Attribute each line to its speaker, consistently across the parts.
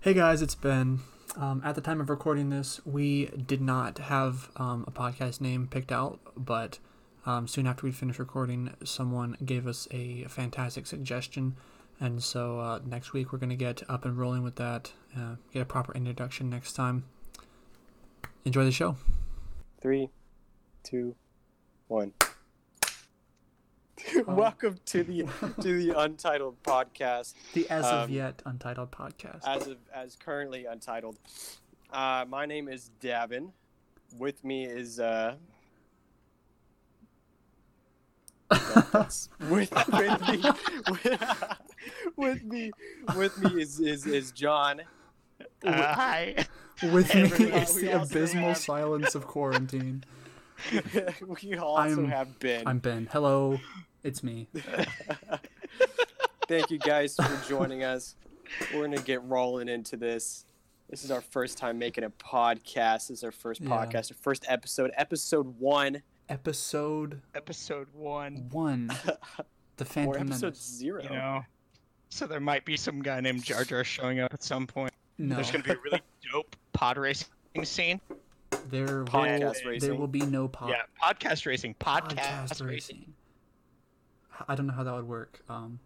Speaker 1: Hey guys, it's Ben. Um, at the time of recording this, we did not have um, a podcast name picked out, but um, soon after we finished recording, someone gave us a fantastic suggestion. And so uh, next week, we're going to get up and rolling with that, uh, get a proper introduction next time. Enjoy the show.
Speaker 2: Three, two, one. Welcome to the to the Untitled podcast,
Speaker 1: The As of
Speaker 2: Um,
Speaker 1: Yet Untitled Podcast.
Speaker 2: as of as currently untitled. Uh, my name is Davin. With me is uh, that's- with with me with, with me with me is is, is John.
Speaker 3: Uh, hi.
Speaker 1: with me
Speaker 2: everyone,
Speaker 1: is
Speaker 2: we
Speaker 1: the
Speaker 2: also
Speaker 1: abysmal
Speaker 2: have-
Speaker 1: silence of quarantine.
Speaker 2: we also
Speaker 1: I'm-
Speaker 2: have Ben.
Speaker 1: I'm Ben. Hello, it's me.
Speaker 2: Thank you guys for joining us. We're gonna get rolling into this. This is our first time making a podcast. This is our first
Speaker 1: Yeah.
Speaker 2: podcast, our first episode, episode one
Speaker 1: Episode
Speaker 3: Episode one.
Speaker 1: one. The
Speaker 2: or
Speaker 1: Phantom
Speaker 2: episode
Speaker 1: Menace.
Speaker 2: zero.
Speaker 3: You know. So there might be some guy named Jar Jar showing up at some point.
Speaker 1: No,
Speaker 3: There's gonna be a really dope pod racing scene.
Speaker 1: there will,
Speaker 2: Podcast
Speaker 1: there
Speaker 2: racing.
Speaker 1: will be no pod,
Speaker 3: yeah, podcast racing. Podcast,
Speaker 1: podcast
Speaker 3: racing.
Speaker 1: racing. I don't know how that would work. Um,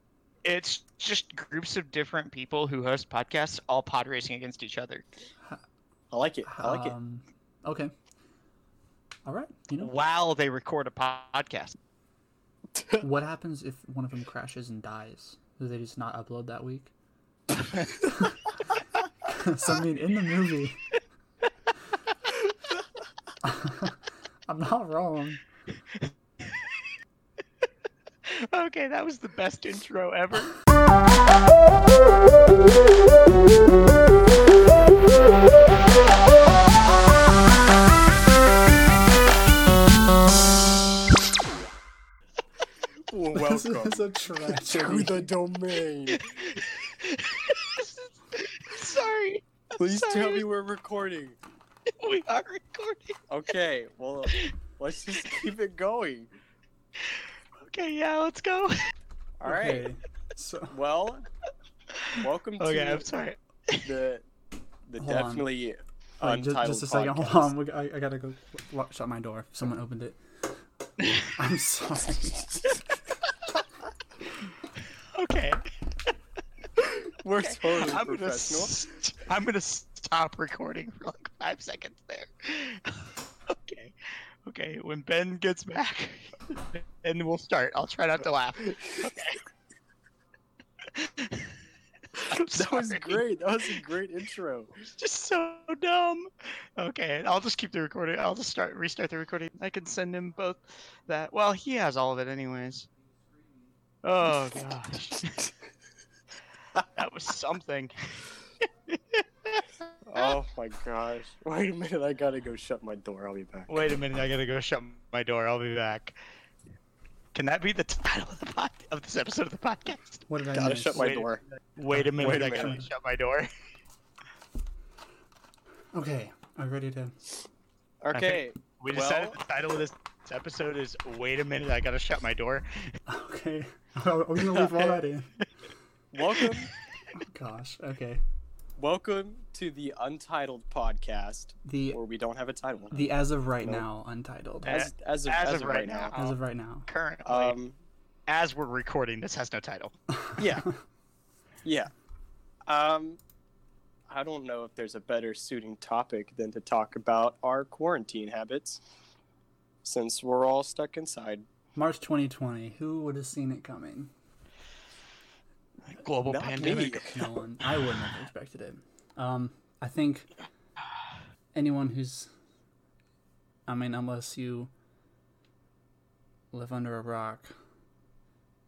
Speaker 3: It's just groups of different people who host podcasts, all pod racing against each other.
Speaker 2: I like it. I like it.
Speaker 1: um, Okay. All right. You know
Speaker 3: While they record a podcast.
Speaker 1: what happens if one of them crashes and dies? Do they just not upload that week? so I mean, in the movie, I'm not wrong.
Speaker 3: Okay, that was the best intro ever.
Speaker 1: This
Speaker 2: Welcome
Speaker 1: is a
Speaker 2: to
Speaker 1: tragedy.
Speaker 2: the domain.
Speaker 3: Sorry,
Speaker 2: Please tell
Speaker 3: Sorry.
Speaker 2: me we're recording.
Speaker 3: we are recording.
Speaker 2: Okay, well, let's just keep it going.
Speaker 3: Okay, yeah, let's go.
Speaker 2: All right.
Speaker 1: Okay, So
Speaker 2: Well, welcome
Speaker 3: Okay,
Speaker 2: to
Speaker 3: I'm sorry.
Speaker 2: the the
Speaker 1: Hold on.
Speaker 2: definitely
Speaker 1: Wait, ju-
Speaker 2: untitled
Speaker 1: just, a second.
Speaker 2: podcast.
Speaker 1: Hold on. We, I, I gotta go lock, shut my door. Someone opened it. I'm sorry.
Speaker 3: Okay,
Speaker 2: We're totally
Speaker 3: I'm gonna,
Speaker 2: professional.
Speaker 3: st- I'm gonna stop recording for like five seconds there. okay, okay. When Ben gets back, and we'll start. I'll try not to laugh. Okay. I'm
Speaker 2: That was
Speaker 3: sorry.
Speaker 2: great. That was a great intro.
Speaker 3: Just so dumb. Okay, I'll just keep the recording. I'll just start restart the recording. I can send him both that. Well, he has all of it anyways. Oh gosh, that was something.
Speaker 2: Oh my gosh. Wait a minute, I gotta go shut my door. I'll be back.
Speaker 3: Wait a minute, I gotta go shut my door. I'll be back. Can that be the title of the pod- of this episode of the podcast?
Speaker 1: What did I
Speaker 2: Gotta
Speaker 1: miss?
Speaker 2: shut my
Speaker 3: Wait.
Speaker 2: door.
Speaker 3: Wait a minute,
Speaker 2: Wait a
Speaker 3: I gotta
Speaker 2: minute.
Speaker 3: shut my door.
Speaker 1: Okay, are you ready to?
Speaker 2: Okay.
Speaker 3: We
Speaker 2: Well-
Speaker 3: decided the title of this episode is "Wait a minute, I gotta shut my door."
Speaker 1: Okay, are we gonna leave all that in?
Speaker 2: Welcome
Speaker 1: Gosh. Okay.
Speaker 2: welcome to the Untitled Podcast,
Speaker 1: The
Speaker 2: where we don't have a title.
Speaker 1: the as of right
Speaker 2: Nope.
Speaker 1: now untitled.
Speaker 3: As-
Speaker 2: As, as, of, as, of right now.
Speaker 1: As of right now.
Speaker 3: Currently,
Speaker 2: Um
Speaker 3: as we're recording, this has no title.
Speaker 2: yeah. Yeah. Um I don't know if there's a better suiting topic than to talk about our quarantine habits since we're all stuck inside.
Speaker 1: March 2020. Who would have seen it coming?
Speaker 3: Global
Speaker 2: Not
Speaker 3: pandemic.
Speaker 2: me.
Speaker 1: No one. I wouldn't have expected it. Um, I think anyone who's, I mean, unless you live under a rock,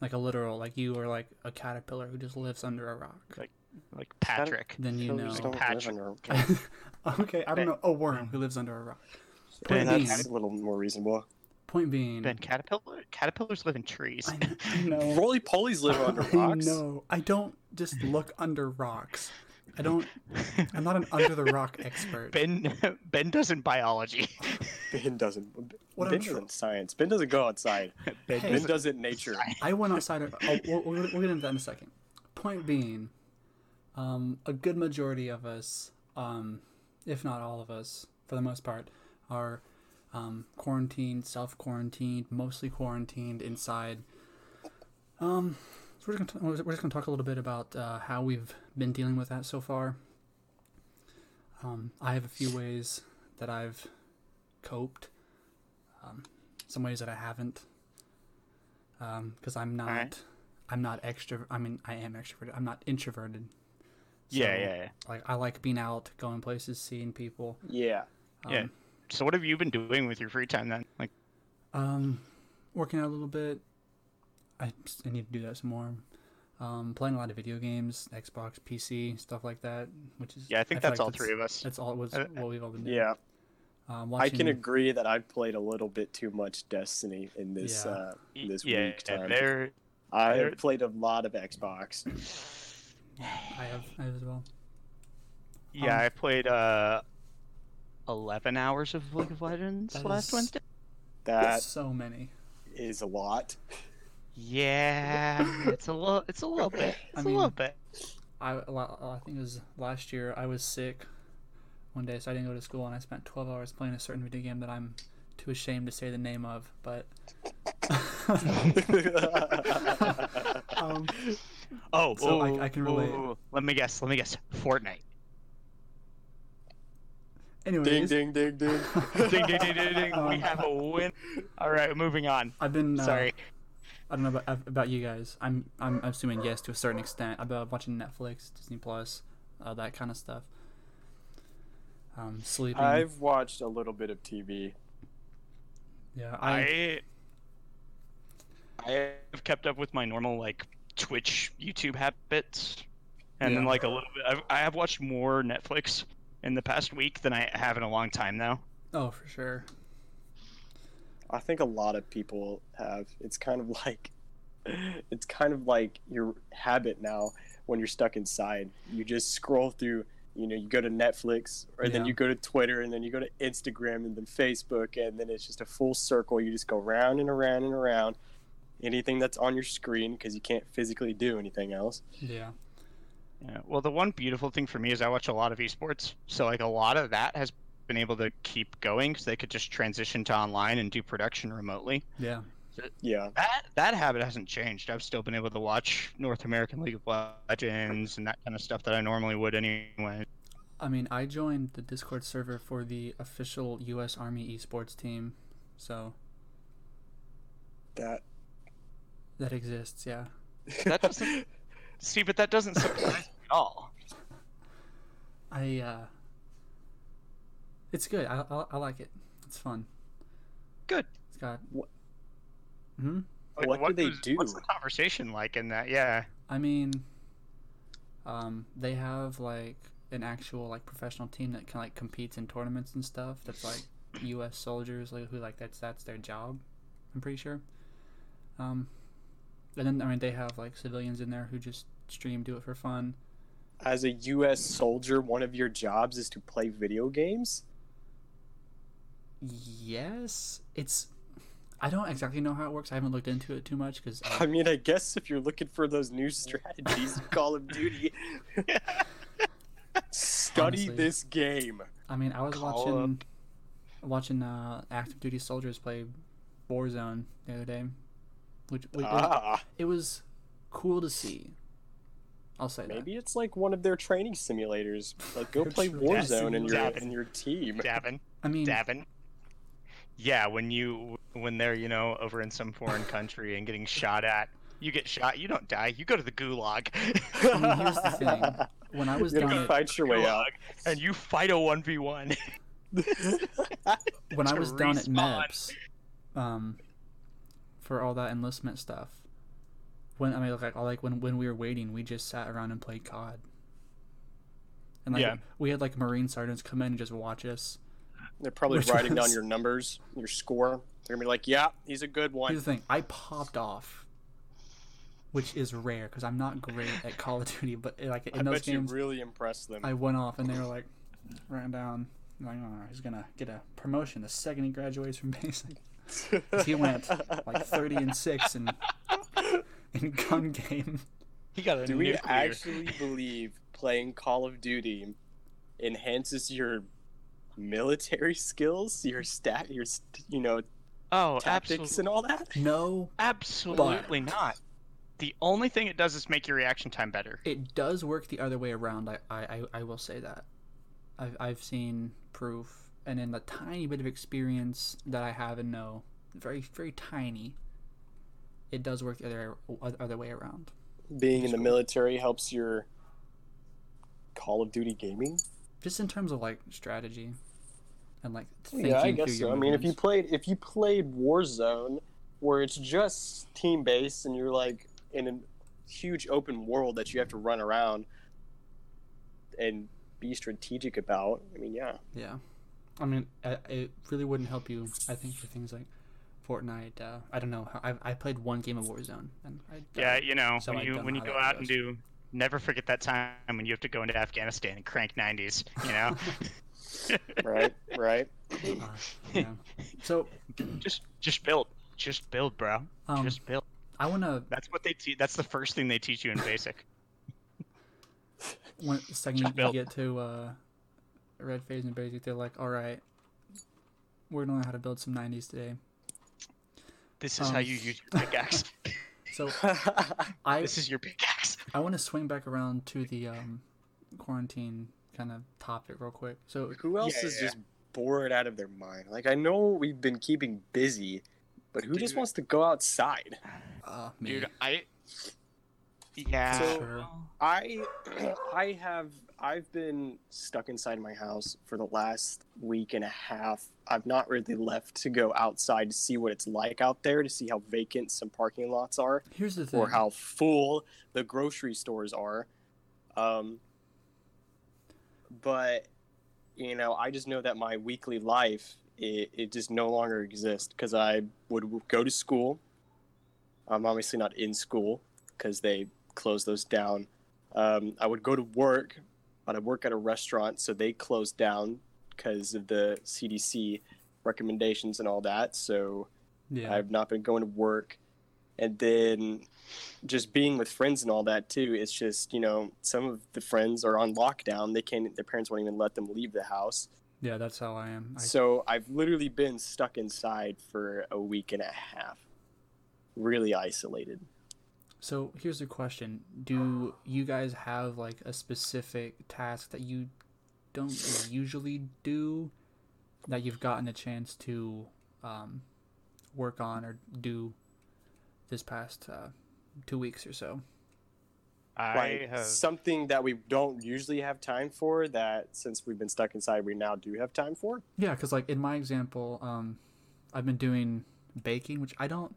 Speaker 1: like a literal, like you are like a caterpillar who just lives under a rock,
Speaker 3: Like- Like Patrick.
Speaker 1: then you
Speaker 2: Killers
Speaker 1: know.
Speaker 2: don't live
Speaker 3: Patrick.
Speaker 2: under-
Speaker 1: okay, I don't know a worm who lives under a rock.
Speaker 2: Yeah,
Speaker 1: Point
Speaker 3: Ben,
Speaker 1: being,
Speaker 2: that's a little more reasonable.
Speaker 1: point being,
Speaker 3: Ben, caterpillar, caterpillars live in trees.
Speaker 1: I kn- I know.
Speaker 2: Roly polies live under rocks.
Speaker 1: I know. I don't just look under rocks. I don't. I'm not an under the rock expert.
Speaker 3: Ben, Ben doesn't biology.
Speaker 2: Ben doesn't.
Speaker 1: What
Speaker 2: ben
Speaker 1: I'm tr-
Speaker 2: doesn't science. Ben doesn't go outside.
Speaker 3: Ben
Speaker 1: Hey.
Speaker 2: Ben
Speaker 3: doesn't-
Speaker 2: doesn't nature.
Speaker 1: I went outside of. Oh, we'll, we'll, we'll get into that in a second. Point being, um, a good majority of us, um, if not all of us, for the most part, are um, quarantined, self quarantined, mostly quarantined inside. Um, so we're just going to talk a little bit about uh, how we've been dealing with that so far. Um, I have a few ways that I've coped, um, some ways that I haven't, because I'm not.
Speaker 3: Alright.
Speaker 1: I'm not extrovert. I mean, I am extroverted. I'm not introverted.
Speaker 3: yeah,
Speaker 1: So,
Speaker 3: yeah, yeah.
Speaker 1: Like I like being out, going places, seeing people.
Speaker 2: Yeah.
Speaker 3: Yeah.
Speaker 1: Um,
Speaker 3: So what have you been doing with your free time then? Like,
Speaker 1: Um, working out a little bit. I, s- I need to do that some more. Um, playing a lot of video games, Xbox, PC, stuff like that, which is
Speaker 3: yeah, I think
Speaker 1: feel
Speaker 3: that's
Speaker 1: like
Speaker 3: all three of us.
Speaker 1: That's all was
Speaker 3: I-
Speaker 1: what we've all been doing.
Speaker 2: Yeah.
Speaker 1: Um,
Speaker 2: I
Speaker 1: watching,
Speaker 2: can agree that I've played a little bit too much Destiny in this
Speaker 1: Yeah.
Speaker 2: uh,
Speaker 3: Y-
Speaker 2: this
Speaker 3: yeah,
Speaker 2: week time.
Speaker 3: there.
Speaker 2: I
Speaker 3: there-
Speaker 2: have played a lot of Xbox.
Speaker 1: I have, I have as well.
Speaker 3: Yeah,
Speaker 1: Um,
Speaker 3: I played uh, eleven hours of League of Legends
Speaker 1: That
Speaker 3: last
Speaker 1: is-
Speaker 3: Wednesday.
Speaker 2: That
Speaker 1: so many.
Speaker 2: is a lot.
Speaker 3: Yeah, it's a little, it's a little bit, it's
Speaker 1: I
Speaker 3: a little
Speaker 1: mean-
Speaker 3: bit.
Speaker 1: I, a lot- I think it was last year. I was sick one day, so I didn't go to school, and I spent 12 hours playing a certain video game that I'm too ashamed to say the name of, but. um,
Speaker 3: Oh,
Speaker 1: So I-
Speaker 3: oh,
Speaker 1: I can
Speaker 3: oh,
Speaker 1: relate.
Speaker 3: oh, oh. Let me guess. Let me guess. Fortnite.
Speaker 1: anyways,
Speaker 2: ding ding ding ding.
Speaker 3: ding, ding, ding, ding, ding. We
Speaker 1: Um,
Speaker 3: have a win. All right, moving on.
Speaker 1: I've been uh,
Speaker 3: Sorry.
Speaker 1: I don't know about, about you guys. I'm I'm assuming yes to a certain extent. I've been watching Netflix, Disney Plus, uh, that kind of stuff. Um, sleeping.
Speaker 2: I've watched a little bit of TV.
Speaker 1: yeah, I,
Speaker 3: I I have kept up with my normal like Twitch YouTube habits, and then
Speaker 1: Yeah.
Speaker 3: like a little bit. I've, I have watched more Netflix in the past week than I have in a long time now.
Speaker 1: oh for sure.
Speaker 2: I think a lot of people have. It's kind of like it's kind of like your habit now when you're stuck inside. You just scroll through, you know, you go to Netflix or
Speaker 1: Yeah.
Speaker 2: then you go to Twitter and then you go to Instagram and then Facebook and then it's just a full circle. You just go round and around and around. Anything that's on your screen because you can't physically do anything else.
Speaker 1: Yeah,
Speaker 3: Yeah. Well, the one beautiful thing for me is I watch a lot of esports, so like a lot of that has been able to keep going because they could just transition to online and do production remotely.
Speaker 1: yeah,
Speaker 2: Yeah.
Speaker 3: That that habit hasn't changed. I've still been able to watch North American League of Legends and that kind of stuff that I normally would anyway.
Speaker 1: I mean, I joined the Discord server for the official U.S. Army esports team, so
Speaker 2: That
Speaker 1: that exists. Yeah,
Speaker 3: That doesn't- See, but that doesn't surprise me at all.
Speaker 1: I. Uh, it's good. I, I I like it. It's fun.
Speaker 3: Good.
Speaker 1: It's got.
Speaker 2: What-
Speaker 1: Hmm.
Speaker 3: Like,
Speaker 2: What do they
Speaker 3: was- What's
Speaker 2: do?
Speaker 3: the conversation like in that? Yeah.
Speaker 1: I mean, um, they have like an actual like professional team that can like competes in tournaments and stuff. That's like U.S. soldiers like, who like that's that's their job. I'm pretty sure. Um, and then I mean they have like civilians in there who just stream, do it for fun.
Speaker 2: as a US soldier, one of your jobs is to play video games?
Speaker 1: Yes, it's. I don't exactly know how it works. I haven't looked into it too much because
Speaker 2: I mean, I guess if you're looking for those new strategies, Call of Duty, study
Speaker 1: Honestly.
Speaker 2: this game.
Speaker 1: I mean I was
Speaker 3: Call
Speaker 1: watching watching uh, active duty soldiers play Warzone the other day, which, which
Speaker 2: Ah,
Speaker 1: it was cool to see. I'll say
Speaker 2: maybe it's like one of their training simulators. Like, go play
Speaker 1: True that.
Speaker 2: Warzone and your
Speaker 3: Dabbing.
Speaker 2: and your team.
Speaker 3: Davin.
Speaker 1: that. I mean,
Speaker 3: Davin. Yeah, when you when they're you know over in some foreign country and getting shot at, you get shot. You don't die. You go to the gulag.
Speaker 1: I mean, here's the thing. When I was
Speaker 2: You're
Speaker 1: down
Speaker 2: gonna
Speaker 1: at,
Speaker 2: fight your way out.
Speaker 3: Gulag, and you fight a one v one.
Speaker 1: when I
Speaker 3: to
Speaker 1: was down at
Speaker 3: respawn.
Speaker 1: MEPS, um, for all that enlistment stuff, when I mean, like, like when when we were waiting, we just sat around and played COD. And like,
Speaker 3: Yeah.
Speaker 1: we had like Marine sergeants come in and just watch us.
Speaker 2: They're probably
Speaker 1: Which
Speaker 2: writing down
Speaker 1: was-
Speaker 2: your numbers, your score. They're gonna be like, "Yeah, he's a good
Speaker 1: Here's
Speaker 2: one."
Speaker 1: the thing: I popped off, which is rare because I'm not great at Call of Duty. But eh, like in
Speaker 2: I
Speaker 1: those
Speaker 2: bet you
Speaker 1: games,
Speaker 2: really impressed them.
Speaker 1: I went off and they were like, ran down. I'm Like, oh, he's gonna get a promotion the second he graduates from basic. 'Cause he went like 30 and six in in gun game.
Speaker 3: He got a
Speaker 2: Do we
Speaker 3: nuclear.
Speaker 2: actually believe playing Call of Duty enhances your military skills, your stat, your st- you know
Speaker 3: Oh,
Speaker 2: tactics
Speaker 3: absolutely,
Speaker 2: and all that?
Speaker 1: No,
Speaker 3: absolutely not. The only thing it does is make your reaction time better.
Speaker 1: it does work the other way around. I, I, I, I will say that. I've, I've seen proof, and in the tiny bit of experience that I have and know, very, very tiny, it does work the other, other way around.
Speaker 2: Being in the military helps your Call of Duty gaming.
Speaker 1: Just in terms of like strategy and like thinking
Speaker 2: Yeah, I
Speaker 1: through
Speaker 2: guess
Speaker 1: your
Speaker 2: so. I mean, if you
Speaker 1: movements.
Speaker 2: played if you played Warzone, where it's just team based and you're like in a huge open world that you have to run around and be strategic about. I mean, yeah,
Speaker 1: Yeah, I mean, uh, it really wouldn't help you. I think for things like Fortnite. Uh, I don't know. how- I I played one game of Warzone, and I
Speaker 3: Yeah, you know,
Speaker 1: So I
Speaker 3: when you
Speaker 1: don't
Speaker 3: when
Speaker 1: know
Speaker 3: you
Speaker 1: how
Speaker 3: go
Speaker 1: that
Speaker 3: out and
Speaker 1: goes.
Speaker 3: do never forget that time when you have to go into Afghanistan and crank 90s, you know?
Speaker 2: right, right.
Speaker 1: Uh, yeah. So
Speaker 3: just just build. Just build, bro.
Speaker 1: um,
Speaker 3: just build.
Speaker 1: I want to
Speaker 3: That's what they teach. That's the first thing they teach you in basic.
Speaker 1: when the second
Speaker 3: Just
Speaker 1: you- you
Speaker 3: build.
Speaker 1: get to uh, red phase and basic, they're like, "All right, we're gonna learn how to build some '90s today."
Speaker 3: This is
Speaker 1: Um.
Speaker 3: how you use your pickaxe.
Speaker 1: So I
Speaker 3: this is your pickaxe.
Speaker 1: I want to swing back around to the um, quarantine kind of topic real quick. So
Speaker 2: who else
Speaker 3: Yeah,
Speaker 2: is
Speaker 3: yeah,
Speaker 2: just bored out of their mind? Like, I know we've been keeping busy, but who just
Speaker 3: Dude.
Speaker 2: wants to go outside?
Speaker 1: uh, me.
Speaker 3: Dude, I. Yeah.
Speaker 2: So-
Speaker 1: Sure.
Speaker 2: I I have I've been stuck inside my house for the last week and a half. I've not really left to go outside to see what it's like out there, to see how vacant some parking lots are
Speaker 1: here's the thing.
Speaker 2: or how full the grocery stores are. Um but you know, I just know that my weekly life it, it just no longer exists cuz I would w- go to school. I'm obviously not in school cuz they closed those down. Um, I would go to work, but I work at a restaurant, so they closed down because of the CDC recommendations and all that. So
Speaker 1: yeah.
Speaker 2: I've not been going to work. And then just being with friends and all that too, it's just, you know, some of the friends are on lockdown. They can't their parents won't even let them leave the house.
Speaker 1: yeah, that's how I am. I,
Speaker 2: So I've literally been stuck inside for a week and a half. Really isolated.
Speaker 1: So here's the question: Do you guys have like a specific task that you don't usually do that you've gotten a chance to um, work on or do this past uh, two weeks or so?
Speaker 3: I
Speaker 2: like
Speaker 3: have.
Speaker 2: something that we don't usually have time for that since we've been stuck inside we now do have time for
Speaker 1: Yeah, because like in my example, um, I've been doing baking, which I don't.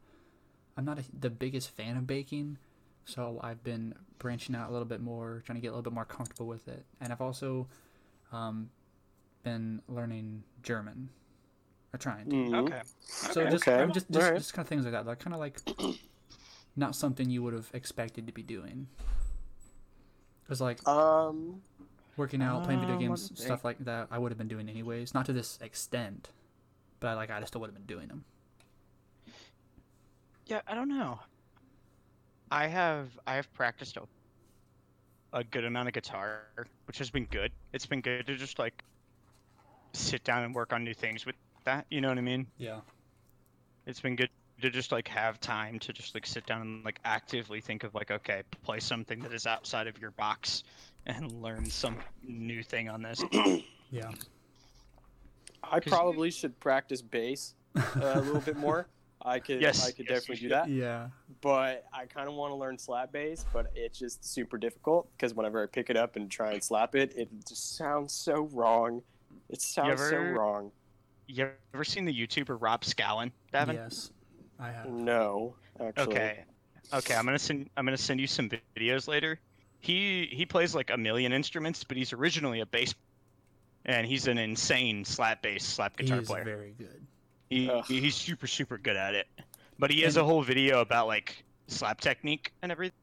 Speaker 1: I'm not a, the biggest fan of baking, so I've been branching out a little bit more, trying to get a little bit more comfortable with it, and I've also um, been learning German, or trying to.
Speaker 3: Okay.
Speaker 1: So
Speaker 3: Okay.
Speaker 1: just,
Speaker 2: Mm, Okay.
Speaker 1: I'm just just,
Speaker 2: Alright.
Speaker 1: just kind of things like that, like kind of like not something you would have expected to be doing. Because like
Speaker 2: um
Speaker 1: working out, playing video
Speaker 3: Um,
Speaker 1: games,
Speaker 3: what-
Speaker 1: stuff like that, I would have been doing anyways. Not to this extent, but like I just would have been doing them.
Speaker 3: Yeah, I don't know. I have I have practiced a, a good amount of guitar, which has been good. It's been good to just like sit down and work on new things with that. You know what I mean?
Speaker 1: Yeah.
Speaker 3: It's been good to just like have time to just like sit down and like actively think of like okay, play something that is outside of your box and learn some new thing on this.
Speaker 1: Yeah.
Speaker 2: i
Speaker 3: 'Cause-
Speaker 2: probably should practice bass uh, a little bit more i could
Speaker 3: Yes,
Speaker 2: i could
Speaker 3: yes, you
Speaker 2: definitely do
Speaker 3: should.
Speaker 2: that
Speaker 1: Yeah.
Speaker 2: but i kind of want to learn slap bass but it's just super difficult because whenever i pick it up and try and slap it it just sounds so wrong it sounds so
Speaker 3: ever-
Speaker 2: wrong
Speaker 3: you ever seen the YouTuber Rob Scallon, Davin?
Speaker 1: Yes. I have.
Speaker 2: no actually
Speaker 3: Okay. Okay, I'm gonna send I'm gonna send you some videos later. He he plays like a million instruments, but he's originally a bass, and he's an insane slap bass slap guitar
Speaker 1: He's
Speaker 3: player.
Speaker 1: very good.
Speaker 3: He,
Speaker 2: Ugh.
Speaker 3: he's super super good at it. But he has
Speaker 1: And-
Speaker 3: a whole video about like slap technique and everything.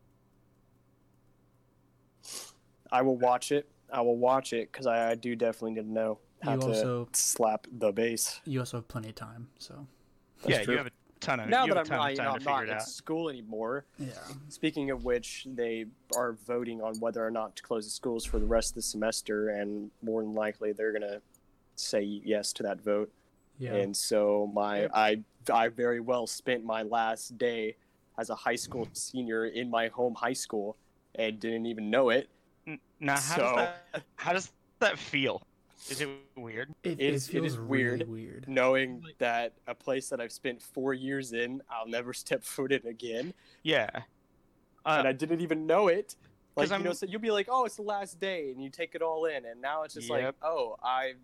Speaker 2: i will watch it i will watch it because I, I do definitely need to know how
Speaker 1: You
Speaker 2: to
Speaker 1: also
Speaker 2: slap the bass
Speaker 1: you also have plenty of time, so
Speaker 2: That's
Speaker 3: yeah,
Speaker 2: true.
Speaker 3: you have a, ton of
Speaker 2: now
Speaker 3: you
Speaker 2: that I'm,
Speaker 3: have a ton
Speaker 2: not,
Speaker 3: of
Speaker 2: you
Speaker 3: time
Speaker 2: know,
Speaker 3: to
Speaker 2: I'm
Speaker 3: figure
Speaker 2: not
Speaker 3: it
Speaker 2: at
Speaker 3: out.
Speaker 2: school anymore.
Speaker 1: Yeah.
Speaker 2: Speaking of which, they are voting on whether or not to close the schools for the rest of the semester, and more than likely they're gonna say yes to that vote.
Speaker 1: Yeah.
Speaker 2: And so my
Speaker 3: Yep.
Speaker 2: I I very well spent my last day as a high school senior in my home high school and didn't even know it.
Speaker 3: Now, how does
Speaker 2: So-
Speaker 3: that how does that feel? Is it weird?
Speaker 1: it,
Speaker 2: it
Speaker 1: it
Speaker 2: is- it
Speaker 1: feels
Speaker 2: is
Speaker 1: really
Speaker 2: weird.
Speaker 1: weird.
Speaker 2: Knowing
Speaker 3: Like-
Speaker 2: that a place that I've spent four years in, I'll never step foot in again.
Speaker 3: Yeah. Uh,
Speaker 2: and I didn't even know it. Like
Speaker 3: 'Cause
Speaker 2: you
Speaker 3: I'm-
Speaker 2: know, so you'll be like, "Oh, it's the last day," and you take it all in, and now it's just like,
Speaker 3: Yep.
Speaker 2: "Oh, I,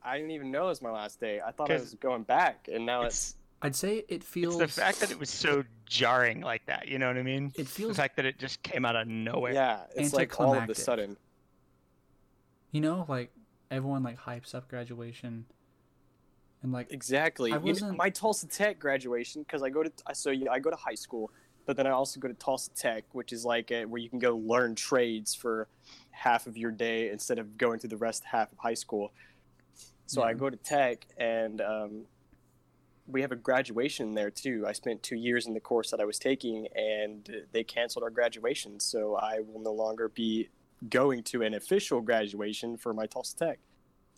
Speaker 2: I didn't even know it was my last day. I thought I
Speaker 3: 'Cause
Speaker 2: was going back, and now it's,
Speaker 3: it's,
Speaker 1: I'd say it
Speaker 3: it's
Speaker 1: feels
Speaker 3: the fact that it was so jarring like that. You know what I mean?
Speaker 1: it
Speaker 3: The
Speaker 1: feels
Speaker 3: fact that it just came out of nowhere.
Speaker 2: yeah, it's like all of a
Speaker 1: anticlimactic.
Speaker 2: sudden,
Speaker 1: you know like everyone like hypes up graduation and like
Speaker 2: exactly.
Speaker 1: I
Speaker 2: You kn-
Speaker 1: wasn't-
Speaker 2: my Tulsa Tech graduation because I go to I- so yeah, I go to high school, but then I also go to Tulsa Tech, which is like a, where you can go learn trades for half of your day instead of going through the rest half of high school. So I
Speaker 1: Yeah.
Speaker 2: go to tech, and um, we have a graduation there too. I spent two years in the course that I was taking, and they canceled our graduation. So I will no longer be going to an official graduation for my Tulsa Tech.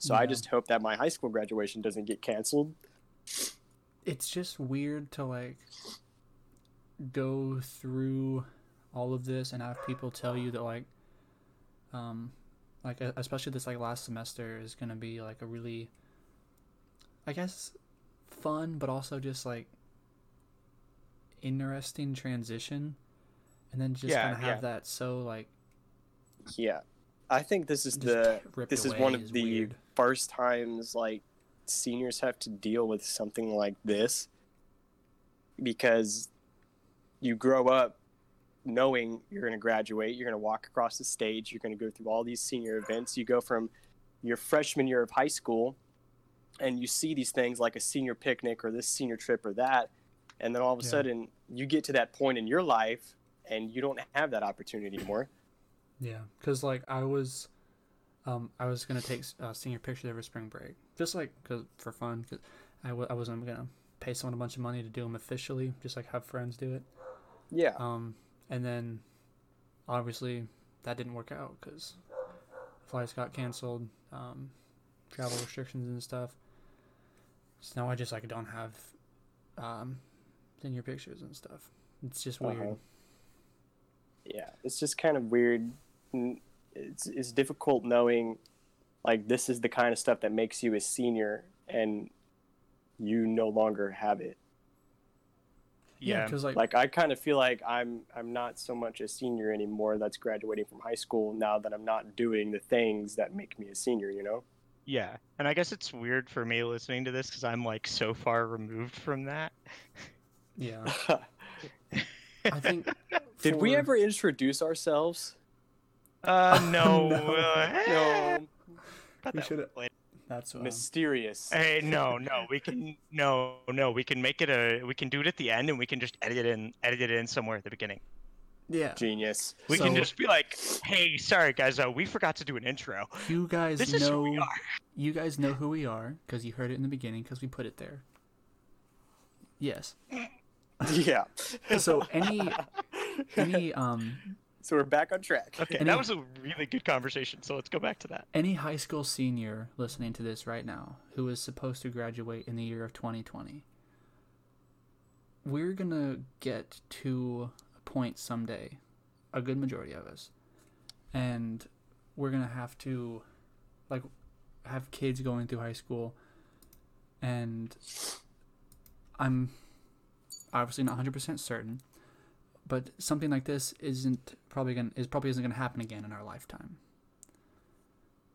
Speaker 2: So I
Speaker 1: Yeah.
Speaker 2: just hope that my high school graduation doesn't get canceled.
Speaker 1: it's just weird to like go through all of this and have people tell you that like um like uh, especially this like last semester is going to be like a really i guess fun but also just like interesting transition and then just
Speaker 3: Yeah,
Speaker 1: kind of have
Speaker 3: yeah.
Speaker 1: that so like
Speaker 2: Yeah, I think this is
Speaker 1: just
Speaker 2: the
Speaker 1: ripped
Speaker 2: this is
Speaker 1: away
Speaker 2: one of the
Speaker 1: weird.
Speaker 2: first times like seniors have to deal with something like this because you grow up knowing you're going to graduate you're going to walk across the stage you're going to go through all these senior events you go from your freshman year of high school and you see these things like a senior picnic or this senior trip or that and then all of a
Speaker 1: Yeah.
Speaker 2: sudden you get to that point in your life and you don't have that opportunity anymore
Speaker 1: Yeah, because like I was, um, I was gonna take uh, senior pictures over spring break, just like 'cause- for fun, because I w- I wasn't gonna pay someone a bunch of money to do them officially, just like have friends do it.
Speaker 2: yeah
Speaker 1: Um, and then obviously that didn't work out because flights got canceled, um, travel restrictions and stuff. So now I just like don't have, um, senior pictures and stuff. It's just weird.
Speaker 2: Uh-huh. yeah it's just kind of weird N- it's, it's difficult knowing like this is the kind of stuff that makes you a senior and you no longer have it
Speaker 3: Yeah.
Speaker 1: because like,
Speaker 2: like i kind of feel like i'm i'm not so much a senior anymore that's graduating from high school now that i'm not doing the things that make me a senior you know
Speaker 3: Yeah, and I guess it's weird for me listening to this because I'm like so far removed from that.
Speaker 1: yeah, I think.
Speaker 2: did we
Speaker 1: for-
Speaker 2: ever introduce ourselves
Speaker 3: Uh, no.
Speaker 1: No.
Speaker 3: uh, eh,
Speaker 2: Oh, no
Speaker 1: Uh-huh.
Speaker 3: about
Speaker 1: We
Speaker 3: that
Speaker 1: shoulda-
Speaker 3: later.
Speaker 1: That's what. I'm-
Speaker 2: mysterious
Speaker 3: Hey, no, no, we can no, no, we can make it a, we can do it at the end, and we can just edit it in, edit it in somewhere at the beginning.
Speaker 1: yeah.
Speaker 2: genius
Speaker 3: We can
Speaker 1: So-
Speaker 3: just be like, hey, sorry guys, uh, we forgot to do an intro.
Speaker 1: You guys
Speaker 3: This
Speaker 1: know
Speaker 3: is who we are.
Speaker 1: you guys know who we are because you heard it in the beginning because we put it there. Yes.
Speaker 2: yeah
Speaker 1: So any any um
Speaker 2: so we're back on track
Speaker 3: Okay,
Speaker 1: and
Speaker 3: that
Speaker 1: it-
Speaker 3: was a really good conversation. So let's go back to that.
Speaker 1: any high school senior listening to this right now who is supposed to graduate in the year of 2020, we're gonna get to a point someday, a good majority of us, and we're gonna have to like have kids going through high school and i'm obviously not 100% certain but something like this isn't probably going to is probably isn't going to happen again in our lifetime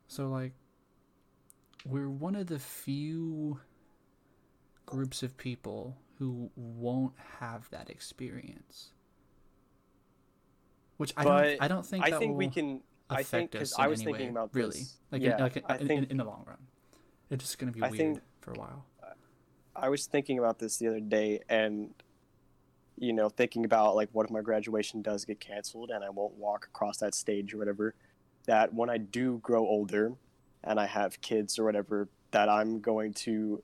Speaker 1: so like we're one of the few groups of people who won't have that experience which I
Speaker 2: But
Speaker 1: don't, I don't think
Speaker 2: I
Speaker 1: that
Speaker 2: think we
Speaker 1: will-
Speaker 2: can. I
Speaker 1: affect
Speaker 2: think because
Speaker 1: us in
Speaker 2: I was
Speaker 1: any
Speaker 2: thinking
Speaker 1: way,
Speaker 2: about
Speaker 1: really.
Speaker 2: this.
Speaker 1: Like, in,
Speaker 2: yeah,
Speaker 1: like in,
Speaker 2: I
Speaker 1: in-
Speaker 2: think
Speaker 1: in the long run, it's just gonna be
Speaker 2: I
Speaker 1: weird
Speaker 2: think-
Speaker 1: for a while.
Speaker 2: I was thinking about this the other day, and you know, thinking about like, what if my graduation does get canceled and I won't walk across that stage or whatever? That when I do grow older and I have kids or whatever, that I'm going to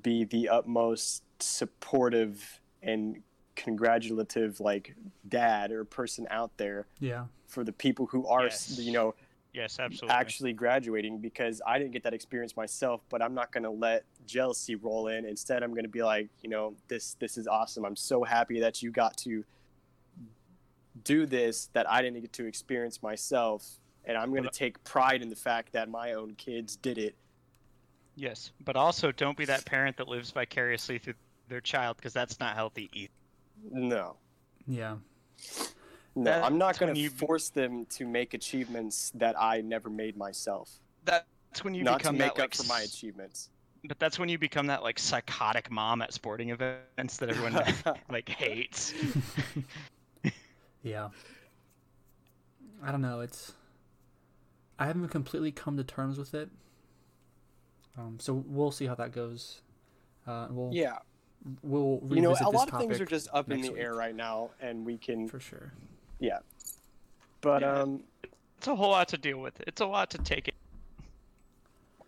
Speaker 2: be the utmost supportive and congratulative like dad or person out there
Speaker 1: Yeah.
Speaker 2: for the people who are
Speaker 3: Yes.
Speaker 2: you know
Speaker 3: Yes, absolutely.
Speaker 2: actually graduating because I didn't get that experience myself, but I'm not going to let jealousy roll in. Instead, I'm going to be like, you know, this this is awesome. I'm so happy that you got to do this that I didn't get to experience myself, and I'm going to
Speaker 3: Well,
Speaker 2: take pride in the fact that my own kids did it.
Speaker 3: yes, but also don't be that parent that lives vicariously through their child because that's not healthy e-, either.
Speaker 2: No.
Speaker 1: Yeah.
Speaker 2: No,
Speaker 3: That's
Speaker 2: I'm not going
Speaker 3: when
Speaker 2: to
Speaker 3: you-
Speaker 2: force them to make achievements that I never made myself.
Speaker 3: That's when you
Speaker 2: not to
Speaker 3: become
Speaker 2: make
Speaker 3: that, like,
Speaker 2: up for my
Speaker 3: s-
Speaker 2: achievements.
Speaker 3: But that's when you become that like psychotic mom at sporting events that everyone like hates.
Speaker 1: Yeah. I don't know. It's. I haven't completely come to terms with it. Um, so we'll see how that goes. Uh, and we'll
Speaker 2: Yeah,
Speaker 1: we'll revisit
Speaker 2: you know, a
Speaker 1: this
Speaker 2: lot of
Speaker 1: topic
Speaker 2: things are just up in
Speaker 1: next
Speaker 2: the air
Speaker 1: week,
Speaker 2: right now, and we can
Speaker 1: for sure.
Speaker 2: But
Speaker 3: Yeah.
Speaker 2: um,
Speaker 3: It's a whole lot to deal with. It's a lot to take it.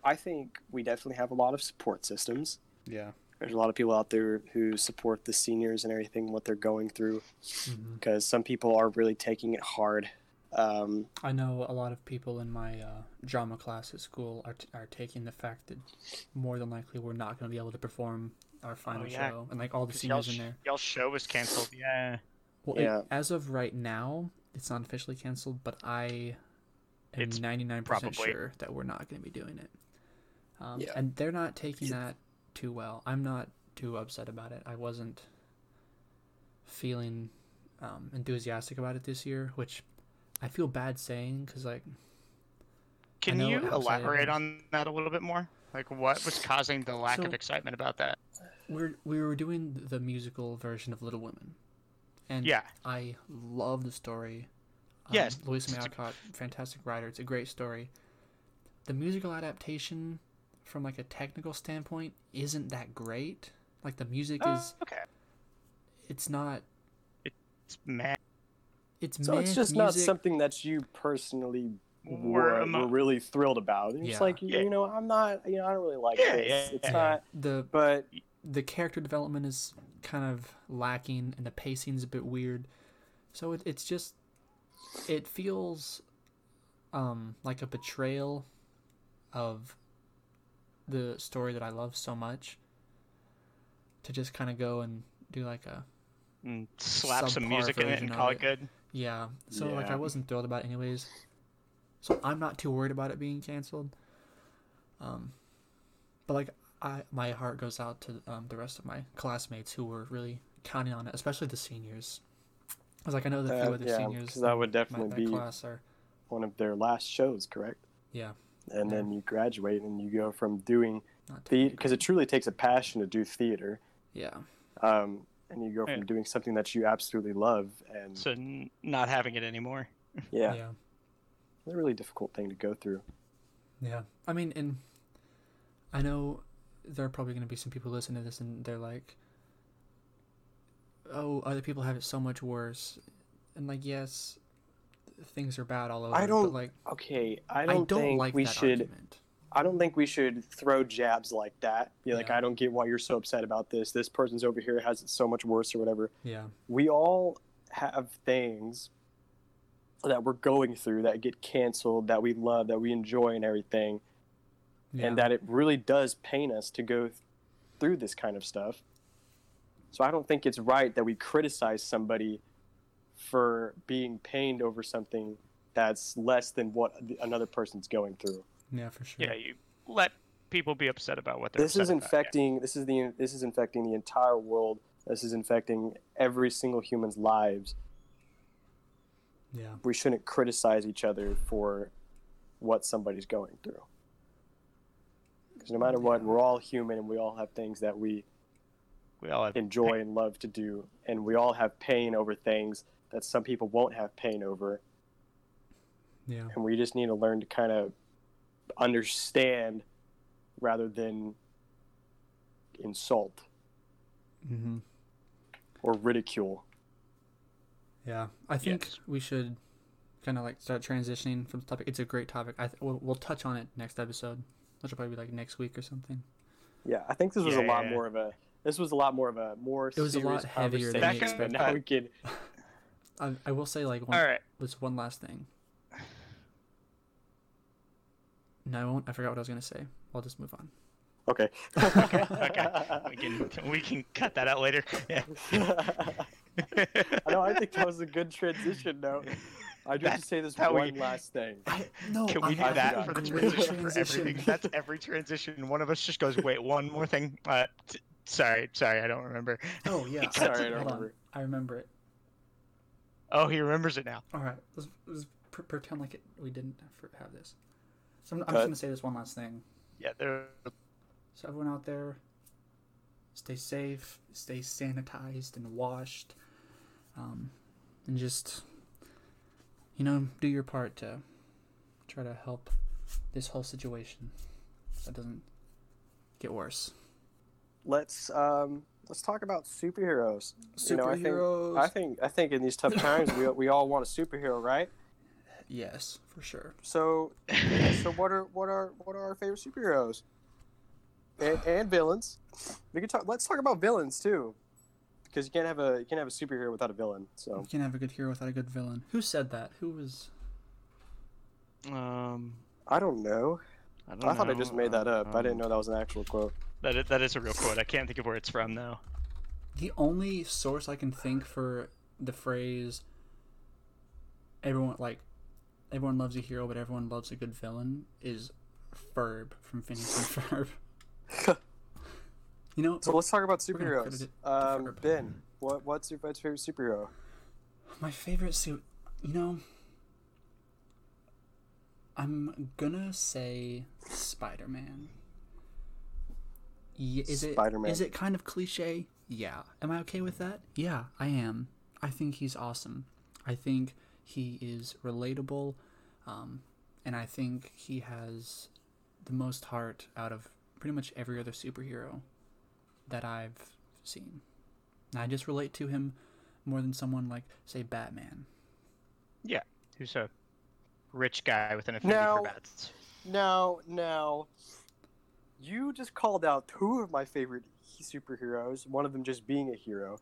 Speaker 2: I think we definitely have a lot of support systems.
Speaker 1: Yeah.
Speaker 2: There's a lot of people out there who support the seniors and everything, what they're going through,
Speaker 1: hmm
Speaker 2: because some people are really taking it hard. Um,
Speaker 1: I know a lot of people in my uh, drama class at school are, t- are taking the fact that more than likely we're not going to be able to perform our
Speaker 2: Oh,
Speaker 1: final
Speaker 3: yeah.
Speaker 1: show, and like all the
Speaker 3: 'Cause y'all
Speaker 1: seniors in
Speaker 3: sh-
Speaker 1: there.
Speaker 3: Y'all show was canceled. Yeah.
Speaker 1: Well, it-
Speaker 2: Yeah.
Speaker 1: as of right now, it's not officially canceled, but I am
Speaker 3: It's
Speaker 1: 99%
Speaker 3: probably-
Speaker 1: sure that we're not going to be doing it. Um,
Speaker 2: Yeah.
Speaker 1: And they're not taking that too well. I'm not too upset about it. I wasn't feeling um, enthusiastic about it this year, which I feel bad saying because, like,
Speaker 3: Can
Speaker 1: know
Speaker 3: you
Speaker 1: how excited I
Speaker 3: elaborate
Speaker 1: was.
Speaker 3: on that a little bit more? Like what was causing the lack
Speaker 1: So-
Speaker 3: of excitement about that?
Speaker 1: we're, we were doing the musical version of Little Women. And
Speaker 3: Yeah.
Speaker 1: I love the story. Um,
Speaker 3: Yes,
Speaker 1: Louisa May
Speaker 3: it's a-
Speaker 1: Alcott, fantastic writer. It's a great story. The musical adaptation, from like a technical standpoint, isn't that great. Like the music is,
Speaker 3: Uh, okay.
Speaker 1: it's not.
Speaker 3: It's mad.
Speaker 1: It's
Speaker 2: so it's
Speaker 1: meh
Speaker 2: just not
Speaker 1: music.
Speaker 2: something that you personally
Speaker 3: We're
Speaker 2: were,
Speaker 3: emo-
Speaker 2: were really thrilled about. It's
Speaker 1: Yeah.
Speaker 2: like you,
Speaker 3: Yeah.
Speaker 2: you know, I'm not, you know, I don't really like
Speaker 3: Yeah,
Speaker 2: this.
Speaker 3: yeah,
Speaker 2: it's
Speaker 3: yeah.
Speaker 2: not,
Speaker 1: the
Speaker 2: but
Speaker 1: the character development is kind of lacking, and the pacing's a bit weird. So it, it's just, it feels, um, like a betrayal, of the story that I love so much. To just kind of go and do like a
Speaker 3: and mm, slap some
Speaker 1: Subpar
Speaker 3: music in it
Speaker 1: version
Speaker 3: and
Speaker 1: of
Speaker 3: call
Speaker 1: it.
Speaker 3: it good.
Speaker 1: Yeah. So like
Speaker 2: Yeah.
Speaker 1: I wasn't thrilled about it anyways. So I'm not too worried about it being canceled. Um but like I my heart goes out to um, the rest of my classmates who were really counting on it, especially the seniors. I was like I know that a few
Speaker 2: uh,
Speaker 1: of the
Speaker 2: yeah,
Speaker 1: seniors
Speaker 2: 'cause that
Speaker 1: in
Speaker 2: would
Speaker 1: my,
Speaker 2: definitely
Speaker 1: that
Speaker 2: be
Speaker 1: class are
Speaker 2: one of their last shows, correct?
Speaker 1: yeah,
Speaker 2: And
Speaker 1: Yeah.
Speaker 2: then you graduate and you go from doing
Speaker 1: not too
Speaker 2: the because it truly takes a passion to do theater.
Speaker 1: Yeah.
Speaker 2: um, and you go from
Speaker 3: Yeah.
Speaker 2: doing something that you absolutely love and
Speaker 3: So n- not having it anymore.
Speaker 2: yeah,
Speaker 1: Yeah.
Speaker 2: it's a really difficult thing to go through
Speaker 1: Yeah. I mean, and I know there are probably going to be some people listening to this and they're like, oh, other people have it so much worse. And, like, yes, things are bad all over.
Speaker 2: don't-
Speaker 1: But, like,
Speaker 2: okay i
Speaker 1: I
Speaker 2: don't,
Speaker 1: don't,
Speaker 2: think
Speaker 1: like
Speaker 2: we
Speaker 1: that
Speaker 2: should
Speaker 1: argument.
Speaker 2: i don't think we should throw jabs like that be like
Speaker 1: Yeah.
Speaker 2: i don't get why you're so upset about this this person's over here has it so much worse or whatever
Speaker 1: Yeah.
Speaker 2: we all have things that we're going through that get canceled that we love that we enjoy and everything
Speaker 1: yeah.
Speaker 2: and that it really does pain us to go th- through this kind of stuff. So I don't think it's right that we criticize somebody for being pained over something that's less than what th- another person's going through.
Speaker 1: Yeah, for sure.
Speaker 3: Yeah, you let people be upset about what they're
Speaker 2: This is
Speaker 3: upset about, yeah.
Speaker 2: infecting. This is the. This is infecting the entire world. This is infecting every single human's lives.
Speaker 1: Yeah.
Speaker 2: We shouldn't criticize each other for what somebody's going through. Because no matter what, we're all human and we all have things that we
Speaker 3: We all have
Speaker 2: enjoy and love to do and we all have pain over things that some people won't have pain over
Speaker 1: Yeah.
Speaker 2: and we just need to learn to kind of understand rather than insult
Speaker 1: Mm-hmm.
Speaker 2: or ridicule
Speaker 1: Yeah. I think
Speaker 3: Yes.
Speaker 1: we should kind of, like, start transitioning from the topic. It's a great topic. I th- we'll, we'll touch on it next episode, which will probably be, like, next week or something.
Speaker 2: Yeah, I think this was
Speaker 3: Yeah,
Speaker 2: a lot
Speaker 3: yeah.
Speaker 2: more of a. This was a lot more of a more.
Speaker 1: It was a lot
Speaker 2: serious
Speaker 1: heavier than we
Speaker 2: conversation,
Speaker 1: expected.
Speaker 2: but Now we can.
Speaker 1: I, I will say like one,
Speaker 3: All right.
Speaker 1: was one last thing. No, I won't. I forgot what I was gonna say. I'll just move on.
Speaker 2: Okay.
Speaker 3: Okay. Okay. We can we can cut that out later. Yeah.
Speaker 2: no, I think that was a good transition note. I
Speaker 3: That's
Speaker 2: just say this
Speaker 3: how
Speaker 2: one
Speaker 3: we-
Speaker 2: last thing.
Speaker 1: no,
Speaker 3: Can we
Speaker 2: Oh, I-
Speaker 3: do
Speaker 2: I
Speaker 3: that
Speaker 2: forgot.
Speaker 3: for the
Speaker 2: Great
Speaker 3: transition, for
Speaker 1: transition.
Speaker 3: everything? That's every transition. One of us just goes, wait, one more thing. Uh, t- sorry, sorry, I don't remember.
Speaker 1: Oh yeah.
Speaker 2: Sorry, I don't
Speaker 1: Hold on.
Speaker 2: remember.
Speaker 1: I remember it.
Speaker 3: Oh, he remembers it now.
Speaker 1: All right, let's, let's pre- pretend like it, we didn't have- have this. So I'm, I'm
Speaker 2: Cut.
Speaker 1: just gonna say this one last thing.
Speaker 3: Yeah, there.
Speaker 1: So everyone out there, stay safe, stay sanitized and washed, um, and just you know do your part to try to help this whole situation so it doesn't get worse.
Speaker 2: Let's um let's talk about superheroes. You know, I think-
Speaker 1: Superheroes,
Speaker 2: I think I think in these tough times we we all want a superhero, right?
Speaker 1: yes, for sure.
Speaker 2: So so what are what are what are our favorite superheroes? And, and villains. We can talk let's talk about villains too. Because you can't have a you can't have a superhero without a villain. So
Speaker 1: You can't have a good hero without a good villain. Who said that? Who was?
Speaker 3: Um,
Speaker 2: I don't know.
Speaker 3: I don't Um,
Speaker 2: I thought I just made that up. I didn't know that was an actual quote.
Speaker 3: That is, that is a real quote. I can't think of where it's from though.
Speaker 1: The only source I can think for the phrase everyone like everyone loves a hero but everyone loves a good villain is Ferb from Phineas and Ferb. you know,
Speaker 2: So let's talk about
Speaker 1: We're gonna credit
Speaker 2: superheroes.
Speaker 1: it to
Speaker 2: Um,
Speaker 1: Ferb.
Speaker 2: ben, what what's your what's your favorite superhero?
Speaker 1: my favorite suit, you know, I'm gonna say Spider-Man. Yeah, is it
Speaker 2: Spider-Man.
Speaker 1: is it kind of cliche? Yeah. Am I okay with that? Yeah, I am. I think he's awesome. I think he is relatable, um, and I think he has the most heart out of pretty much every other superhero that I've seen. And I just relate to him more than someone like, say, Batman.
Speaker 3: Yeah, who's a rich guy with an affinity
Speaker 2: No.
Speaker 3: for bats?
Speaker 2: No, no. You just called out two of my favorite superheroes, one of them just being a hero.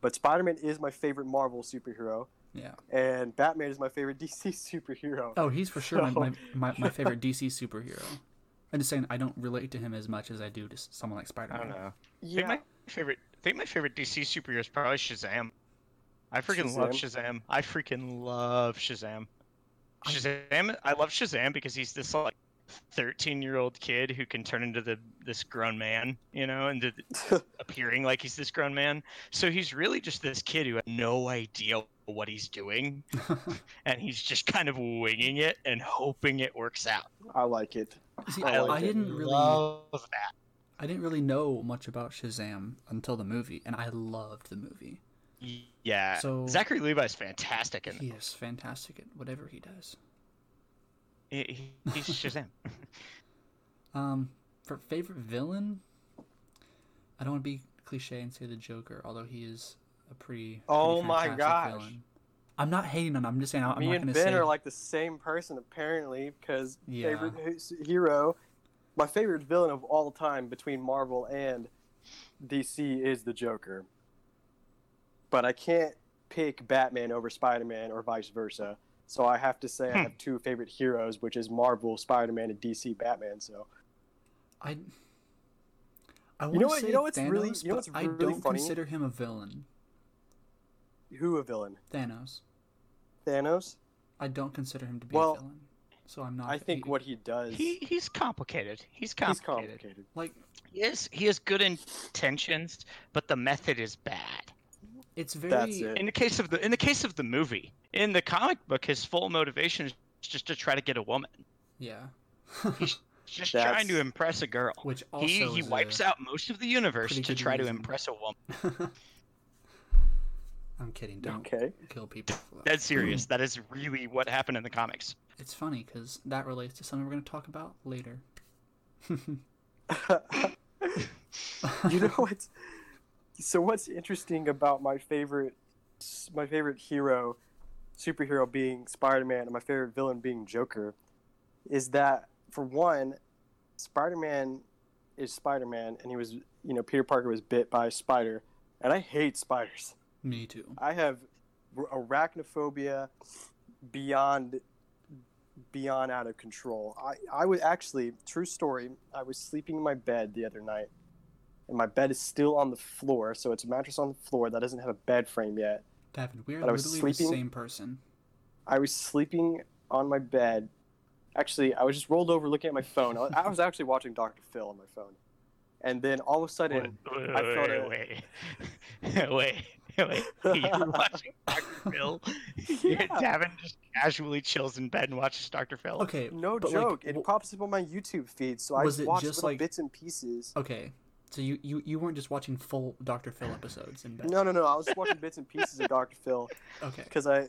Speaker 2: But Spider Man is my favorite Marvel superhero,
Speaker 1: Yeah.
Speaker 2: and Batman is my favorite DC superhero.
Speaker 1: Oh, he's for sure my,
Speaker 2: So-
Speaker 1: my, my, my favorite DC superhero. I'm just saying I don't relate to him as much as I do to s- someone like Spider
Speaker 3: I don't
Speaker 1: Man.
Speaker 3: know. I
Speaker 2: yeah.
Speaker 3: think my favorite. I think my favorite DC superhero is probably Shazam. I freaking love Shazam. I freaking love Shazam.
Speaker 1: I-
Speaker 3: Shazam. I love Shazam because he's this like thirteen-year-old kid who can turn into the this grown man, you know, and th- appearing like he's this grown man. So he's really just this kid who had no idea what he's doing, and he's just kind of winging it and hoping it works out.
Speaker 2: I like it.
Speaker 1: See,
Speaker 2: I
Speaker 1: I,
Speaker 2: like it.
Speaker 1: didn't really
Speaker 3: love that.
Speaker 1: I didn't really know much about Shazam until the movie, and I loved the movie.
Speaker 3: Yeah.
Speaker 1: So-
Speaker 3: Zachary Levi's fantastic in
Speaker 1: He is fantastic at whatever he does.
Speaker 3: He, he- he's Shazam.
Speaker 1: Um, for favorite villain, I don't want to be cliche and say the Joker, although he is a pretty. pretty
Speaker 2: Oh my
Speaker 1: fantastic
Speaker 2: gosh.
Speaker 1: villain. I'm not hating on him. I'm just saying I- I'm
Speaker 2: Me
Speaker 1: not
Speaker 2: and
Speaker 1: going to
Speaker 2: Ben
Speaker 1: say.
Speaker 2: are like the same person apparently, because
Speaker 1: Yeah.
Speaker 2: favorite hu- hero, my favorite villain of all time between Marvel and DC is the Joker. But I can't pick Batman over Spider Man or vice versa. So I have to say I
Speaker 3: Hmm.
Speaker 2: have two favorite heroes, which is Marvel Spider Man and DC Batman. So
Speaker 1: I. I
Speaker 2: know
Speaker 1: want
Speaker 2: what-
Speaker 1: to
Speaker 2: you
Speaker 1: say
Speaker 2: know what's
Speaker 1: Thanos,
Speaker 2: really- you know
Speaker 1: but
Speaker 2: what's
Speaker 1: I
Speaker 2: really
Speaker 1: don't
Speaker 2: funny?
Speaker 1: consider him a villain.
Speaker 2: who a villain?
Speaker 1: Thanos.
Speaker 2: Thanos?
Speaker 1: I don't consider him to be a
Speaker 2: Well,
Speaker 1: villain. So I'm not.
Speaker 2: I think
Speaker 1: he-
Speaker 2: what he does
Speaker 3: He he's complicated. He's
Speaker 2: he's
Speaker 3: complicated.
Speaker 2: complicated.
Speaker 1: like
Speaker 3: He is he has good intentions, but the method is bad.
Speaker 1: it's very.
Speaker 2: That's it.
Speaker 3: In the case of the in the case of the movie, in the comic book, his full motivation is just to try to get a woman.
Speaker 1: Yeah.
Speaker 3: He's just
Speaker 2: That's-
Speaker 3: trying to impress a girl.
Speaker 1: Which also
Speaker 3: He he
Speaker 1: is
Speaker 3: wipes
Speaker 1: a-
Speaker 3: out most of the universe
Speaker 1: pretty
Speaker 3: to
Speaker 1: good
Speaker 3: try to
Speaker 1: reason.
Speaker 3: impress a woman.
Speaker 1: I'm kidding. Don't
Speaker 2: Okay.
Speaker 1: kill people. For that.
Speaker 3: That's serious. that is really what happened in the comics.
Speaker 1: It's funny because that relates to something we're going to talk about later.
Speaker 2: you know what's so what's interesting about my favorite my favorite hero superhero being spider-man and my favorite villain being joker is that for one spider-man is Spider Man, and he was, you know, Peter Parker was bit by a spider, and I hate spiders.
Speaker 1: Me too.
Speaker 2: I have r- arachnophobia beyond beyond out of control. I I was actually true story. I was sleeping in my bed the other night, and my bed is still on the floor, so it's a mattress on the floor that doesn't have a bed frame yet.
Speaker 1: Davin, we are
Speaker 2: But I was
Speaker 1: literally the
Speaker 2: sleeping-
Speaker 1: same person.
Speaker 2: I was sleeping on my bed. Actually, I was just rolled over looking at my phone. I was- I was actually watching Dr. Phil on my phone. And then all of a sudden,
Speaker 3: wait,
Speaker 2: I felt a-
Speaker 3: wait, wait, wait, wait. You're watching Dr. Phil.
Speaker 2: Yeah.
Speaker 3: Davin just casually chills in bed and watches Dr. Phil.
Speaker 1: Okay,
Speaker 2: no
Speaker 1: but, like,
Speaker 2: joke, it
Speaker 1: w-
Speaker 2: pops up on my YouTube feed. So I
Speaker 1: Was it
Speaker 2: watched
Speaker 1: just,
Speaker 2: little
Speaker 1: like-
Speaker 2: bits and pieces.
Speaker 1: okay, so you, you you weren't just watching full Doctor Phil episodes in bed.
Speaker 2: No, no, no. I was just watching bits and pieces of Dr. Phil
Speaker 1: Okay.
Speaker 2: because I,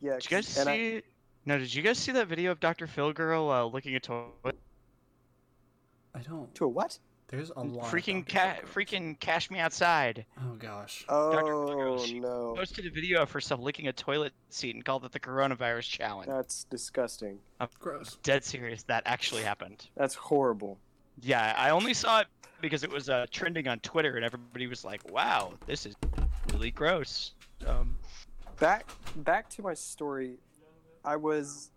Speaker 2: yeah.
Speaker 3: Did you guys
Speaker 2: 'cause- and I-
Speaker 3: see? No, did you guys see that video of Dr. Phil girl uh, looking at toy?
Speaker 1: I don't.
Speaker 2: to a what?
Speaker 1: There's a lot. of
Speaker 3: Freaking
Speaker 1: Dr.
Speaker 3: cat,
Speaker 1: Phil clips.
Speaker 3: freaking cash me outside.
Speaker 1: Oh gosh.
Speaker 2: Oh
Speaker 3: Phil, she-
Speaker 2: no,
Speaker 3: Posted a video of herself licking a toilet seat and called it the coronavirus challenge.
Speaker 2: that's disgusting.
Speaker 1: Gross.
Speaker 3: Dead serious, that actually happened.
Speaker 2: That's horrible.
Speaker 3: Yeah, I only saw it because it was uh, trending on Twitter, and everybody was like, "Wow, this is really gross." Um,
Speaker 2: back back to my story i was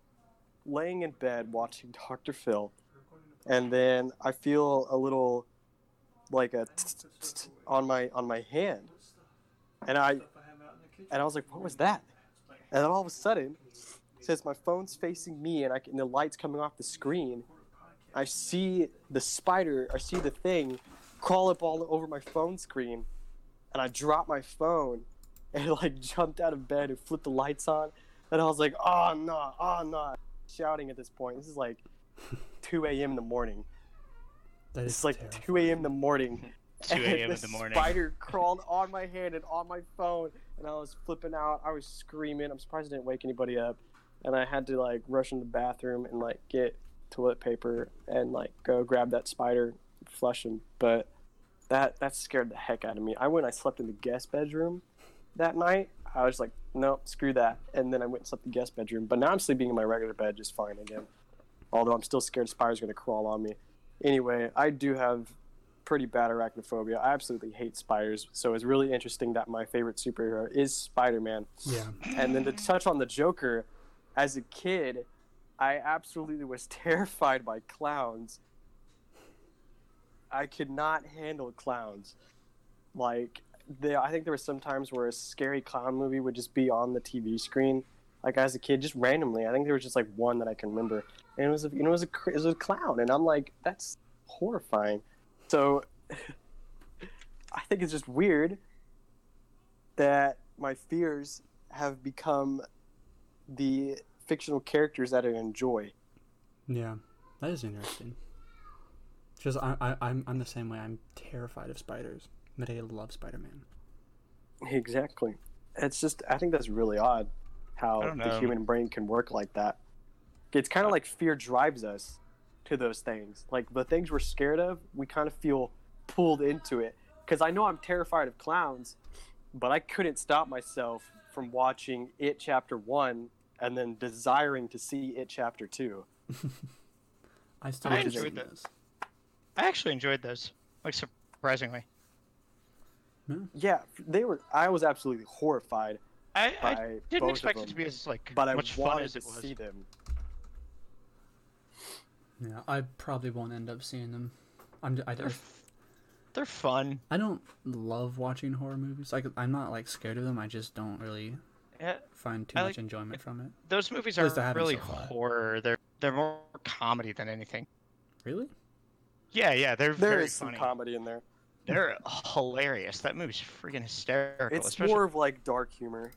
Speaker 2: laying in bed watching dr phil and then i feel a little like a tsk, tsk, tsk on my on my hand and i and i was like what was that and then all of a sudden since my phone's facing me and, I, can- and the lights coming off the screen i see the spider i see the thing crawl up all over my phone screen and i drop my phone and like jumped out of bed and flipped the lights on. And I was like, oh no, oh no, shouting at this point. This is like 2 a.m. in the morning.
Speaker 1: That is
Speaker 2: It's like 2 a.m. in the morning.
Speaker 3: 2
Speaker 2: And
Speaker 3: a.m. in
Speaker 2: this
Speaker 3: the morning.
Speaker 2: Spider crawled on my hand and on my phone, and I was flipping out. I was screaming. I'm surprised I didn't wake anybody up. And I had to like rush into the bathroom and like get toilet paper and like go grab that spider, flush him. But that that scared the heck out of me. I went. I slept in the guest bedroom that night. I was like, nope, screw that. And then I went and slept in the guest bedroom. But now I'm sleeping in my regular bed just fine again. Although I'm still scared spiders are gonna crawl on me. Anyway, I do have pretty bad arachnophobia. I absolutely hate spiders, so it's really interesting that my favorite superhero is Spider Man.
Speaker 1: Yeah.
Speaker 2: And then to touch on the Joker, as a kid, I absolutely was terrified by clowns. I could not handle clowns. Like, there, I think there were some times where a scary clown movie would just be on the TV screen, like as a kid, just randomly. I think there was just like one that I can remember, and it was a, you know it was a cr- it was a clown, and I'm like, that's horrifying. So, I think it's just weird that my fears have become the fictional characters that I enjoy.
Speaker 1: Yeah, that is interesting. Because I, I, I'm, I'm the same way. I'm terrified of spiders. Medea loves Spider Man.
Speaker 2: Exactly. It's just I think that's really odd
Speaker 3: I
Speaker 2: how
Speaker 3: don't
Speaker 2: the
Speaker 3: know. Uh,
Speaker 2: human brain can work like that. It's kind of like fear drives us to those things. Like the things we're scared of, we kind of feel pulled into it. Because I know I'm terrified of clowns, but I couldn't stop myself from watching It Chapter One and then desiring to see It Chapter Two.
Speaker 1: I still
Speaker 3: I
Speaker 1: haven't
Speaker 3: enjoyed
Speaker 1: seen
Speaker 3: that.
Speaker 1: those.
Speaker 3: I actually enjoyed those, like surprisingly.
Speaker 2: Yeah, they were. I was absolutely horrified
Speaker 3: I,
Speaker 2: by
Speaker 3: I
Speaker 2: both
Speaker 3: didn't
Speaker 2: of
Speaker 3: expect it to
Speaker 2: them,
Speaker 3: be as like
Speaker 2: but I
Speaker 3: much fun
Speaker 2: wanted
Speaker 3: as
Speaker 2: to
Speaker 3: it was.
Speaker 2: see them.
Speaker 1: Yeah, I probably won't end up seeing them. I'm, j- I,
Speaker 3: They're,
Speaker 1: I,
Speaker 3: f- they're fun.
Speaker 1: I don't love watching horror movies. Like, I'm not like scared of them. I just don't really
Speaker 3: Yeah,
Speaker 1: find too
Speaker 3: I
Speaker 1: much
Speaker 3: like-
Speaker 1: enjoyment from it.
Speaker 3: those movies
Speaker 1: At least
Speaker 3: aren't
Speaker 1: I haven't
Speaker 3: really
Speaker 1: so far.
Speaker 3: horror. They're they're more comedy than anything.
Speaker 1: Really?
Speaker 3: Yeah, yeah, they're
Speaker 2: There
Speaker 3: very
Speaker 2: is some
Speaker 3: funny.
Speaker 2: comedy in there.
Speaker 3: They're hilarious. That movie's freaking hysterical.
Speaker 2: It's
Speaker 3: especially-
Speaker 2: more of like dark humor.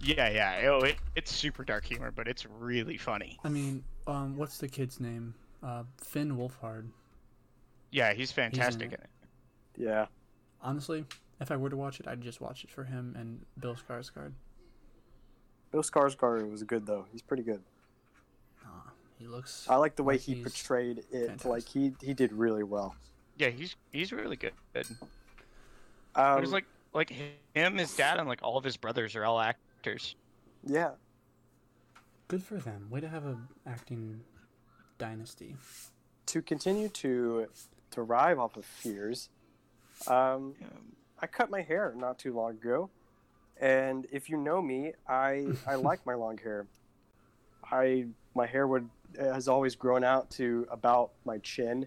Speaker 3: Yeah, yeah. Oh, it, it's super dark humor, but it's really funny.
Speaker 1: I mean, um, what's the kid's name? Uh, Finn Wolfhard.
Speaker 3: Yeah, he's fantastic
Speaker 1: it.
Speaker 3: in it.
Speaker 2: Yeah.
Speaker 1: Honestly, if I were to watch it, I'd just watch it for him and Bill Skarsgård.
Speaker 2: Bill Skarsgård was good though. He's pretty good.
Speaker 1: Nah, he looks.
Speaker 2: I like the way
Speaker 1: Like,
Speaker 2: he
Speaker 1: he's
Speaker 2: portrayed it.
Speaker 1: fantastic.
Speaker 2: Like he he did really well.
Speaker 3: Yeah, he's he's really good. But
Speaker 2: Um,
Speaker 3: it's like like him, his dad, and like all of his brothers are all actors.
Speaker 2: yeah.
Speaker 1: Good for them. Way to have a acting dynasty.
Speaker 2: To continue to derive off of fears. Um, I cut my hair not too long ago, and if you know me, I I like my long hair. I my hair would has always grown out to about my chin.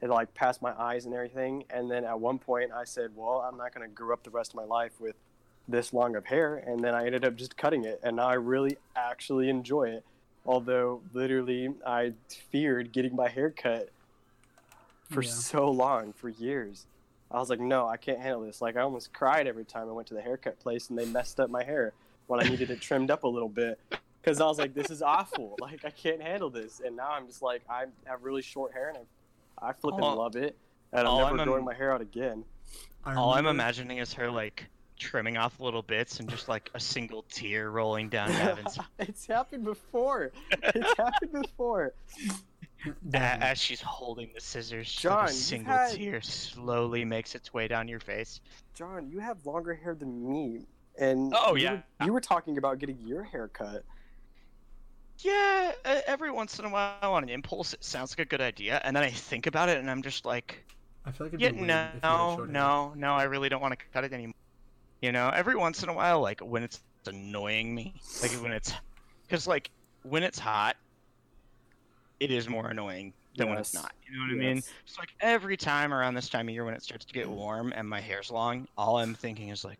Speaker 2: It like past my eyes and everything, and then at one point I said, "Well, I'm not going to grow up the rest of my life with this long of hair," and then I ended up just cutting it, and now I really actually enjoy it. Although literally, I feared getting my hair cut for
Speaker 1: Yeah.
Speaker 2: so long, for years. I was like, no, I can't handle this. Like, I almost cried every time I went to the haircut place and they messed up my hair when I needed it trimmed up a little bit. Because I was like, this is awful. Like, I can't handle this. And now I'm just like, I have really short hair and I, I flip and
Speaker 3: All-
Speaker 2: love it. And I'm
Speaker 3: all
Speaker 2: never
Speaker 3: I'm im-
Speaker 2: growing my hair out again.
Speaker 1: I
Speaker 3: All Oh, I'm
Speaker 1: remember-
Speaker 3: imagining is her like trimming off little bits and just like a single tear rolling down Gavin's
Speaker 2: it's happened before. It's happened before.
Speaker 3: A-
Speaker 1: Devin,
Speaker 3: as she's holding the scissors. just
Speaker 2: John,
Speaker 3: like a
Speaker 2: you've
Speaker 3: single
Speaker 2: had-
Speaker 3: tear slowly makes its way down your face.
Speaker 2: John, you have longer hair than me. And
Speaker 3: Oh,
Speaker 2: you
Speaker 3: yeah.
Speaker 2: were, you were talking about getting your hair cut.
Speaker 3: Yeah, e- every once in a while on an impulse, it sounds like a good idea, and then I think about it, and I'm just like,
Speaker 1: I feel like it'd
Speaker 3: yeah,
Speaker 1: be weird if you had
Speaker 3: no,
Speaker 1: short hair.
Speaker 3: no, no, I really don't want to cut it anymore. You know, every once in a while, like when it's annoying me, like when it's, because like when it's hot, it is more annoying than when it's
Speaker 2: Yes.
Speaker 3: not. You know what I mean?
Speaker 2: Yes.
Speaker 3: So like every time around this time of year when it starts to get warm and my hair's long, all I'm thinking is like,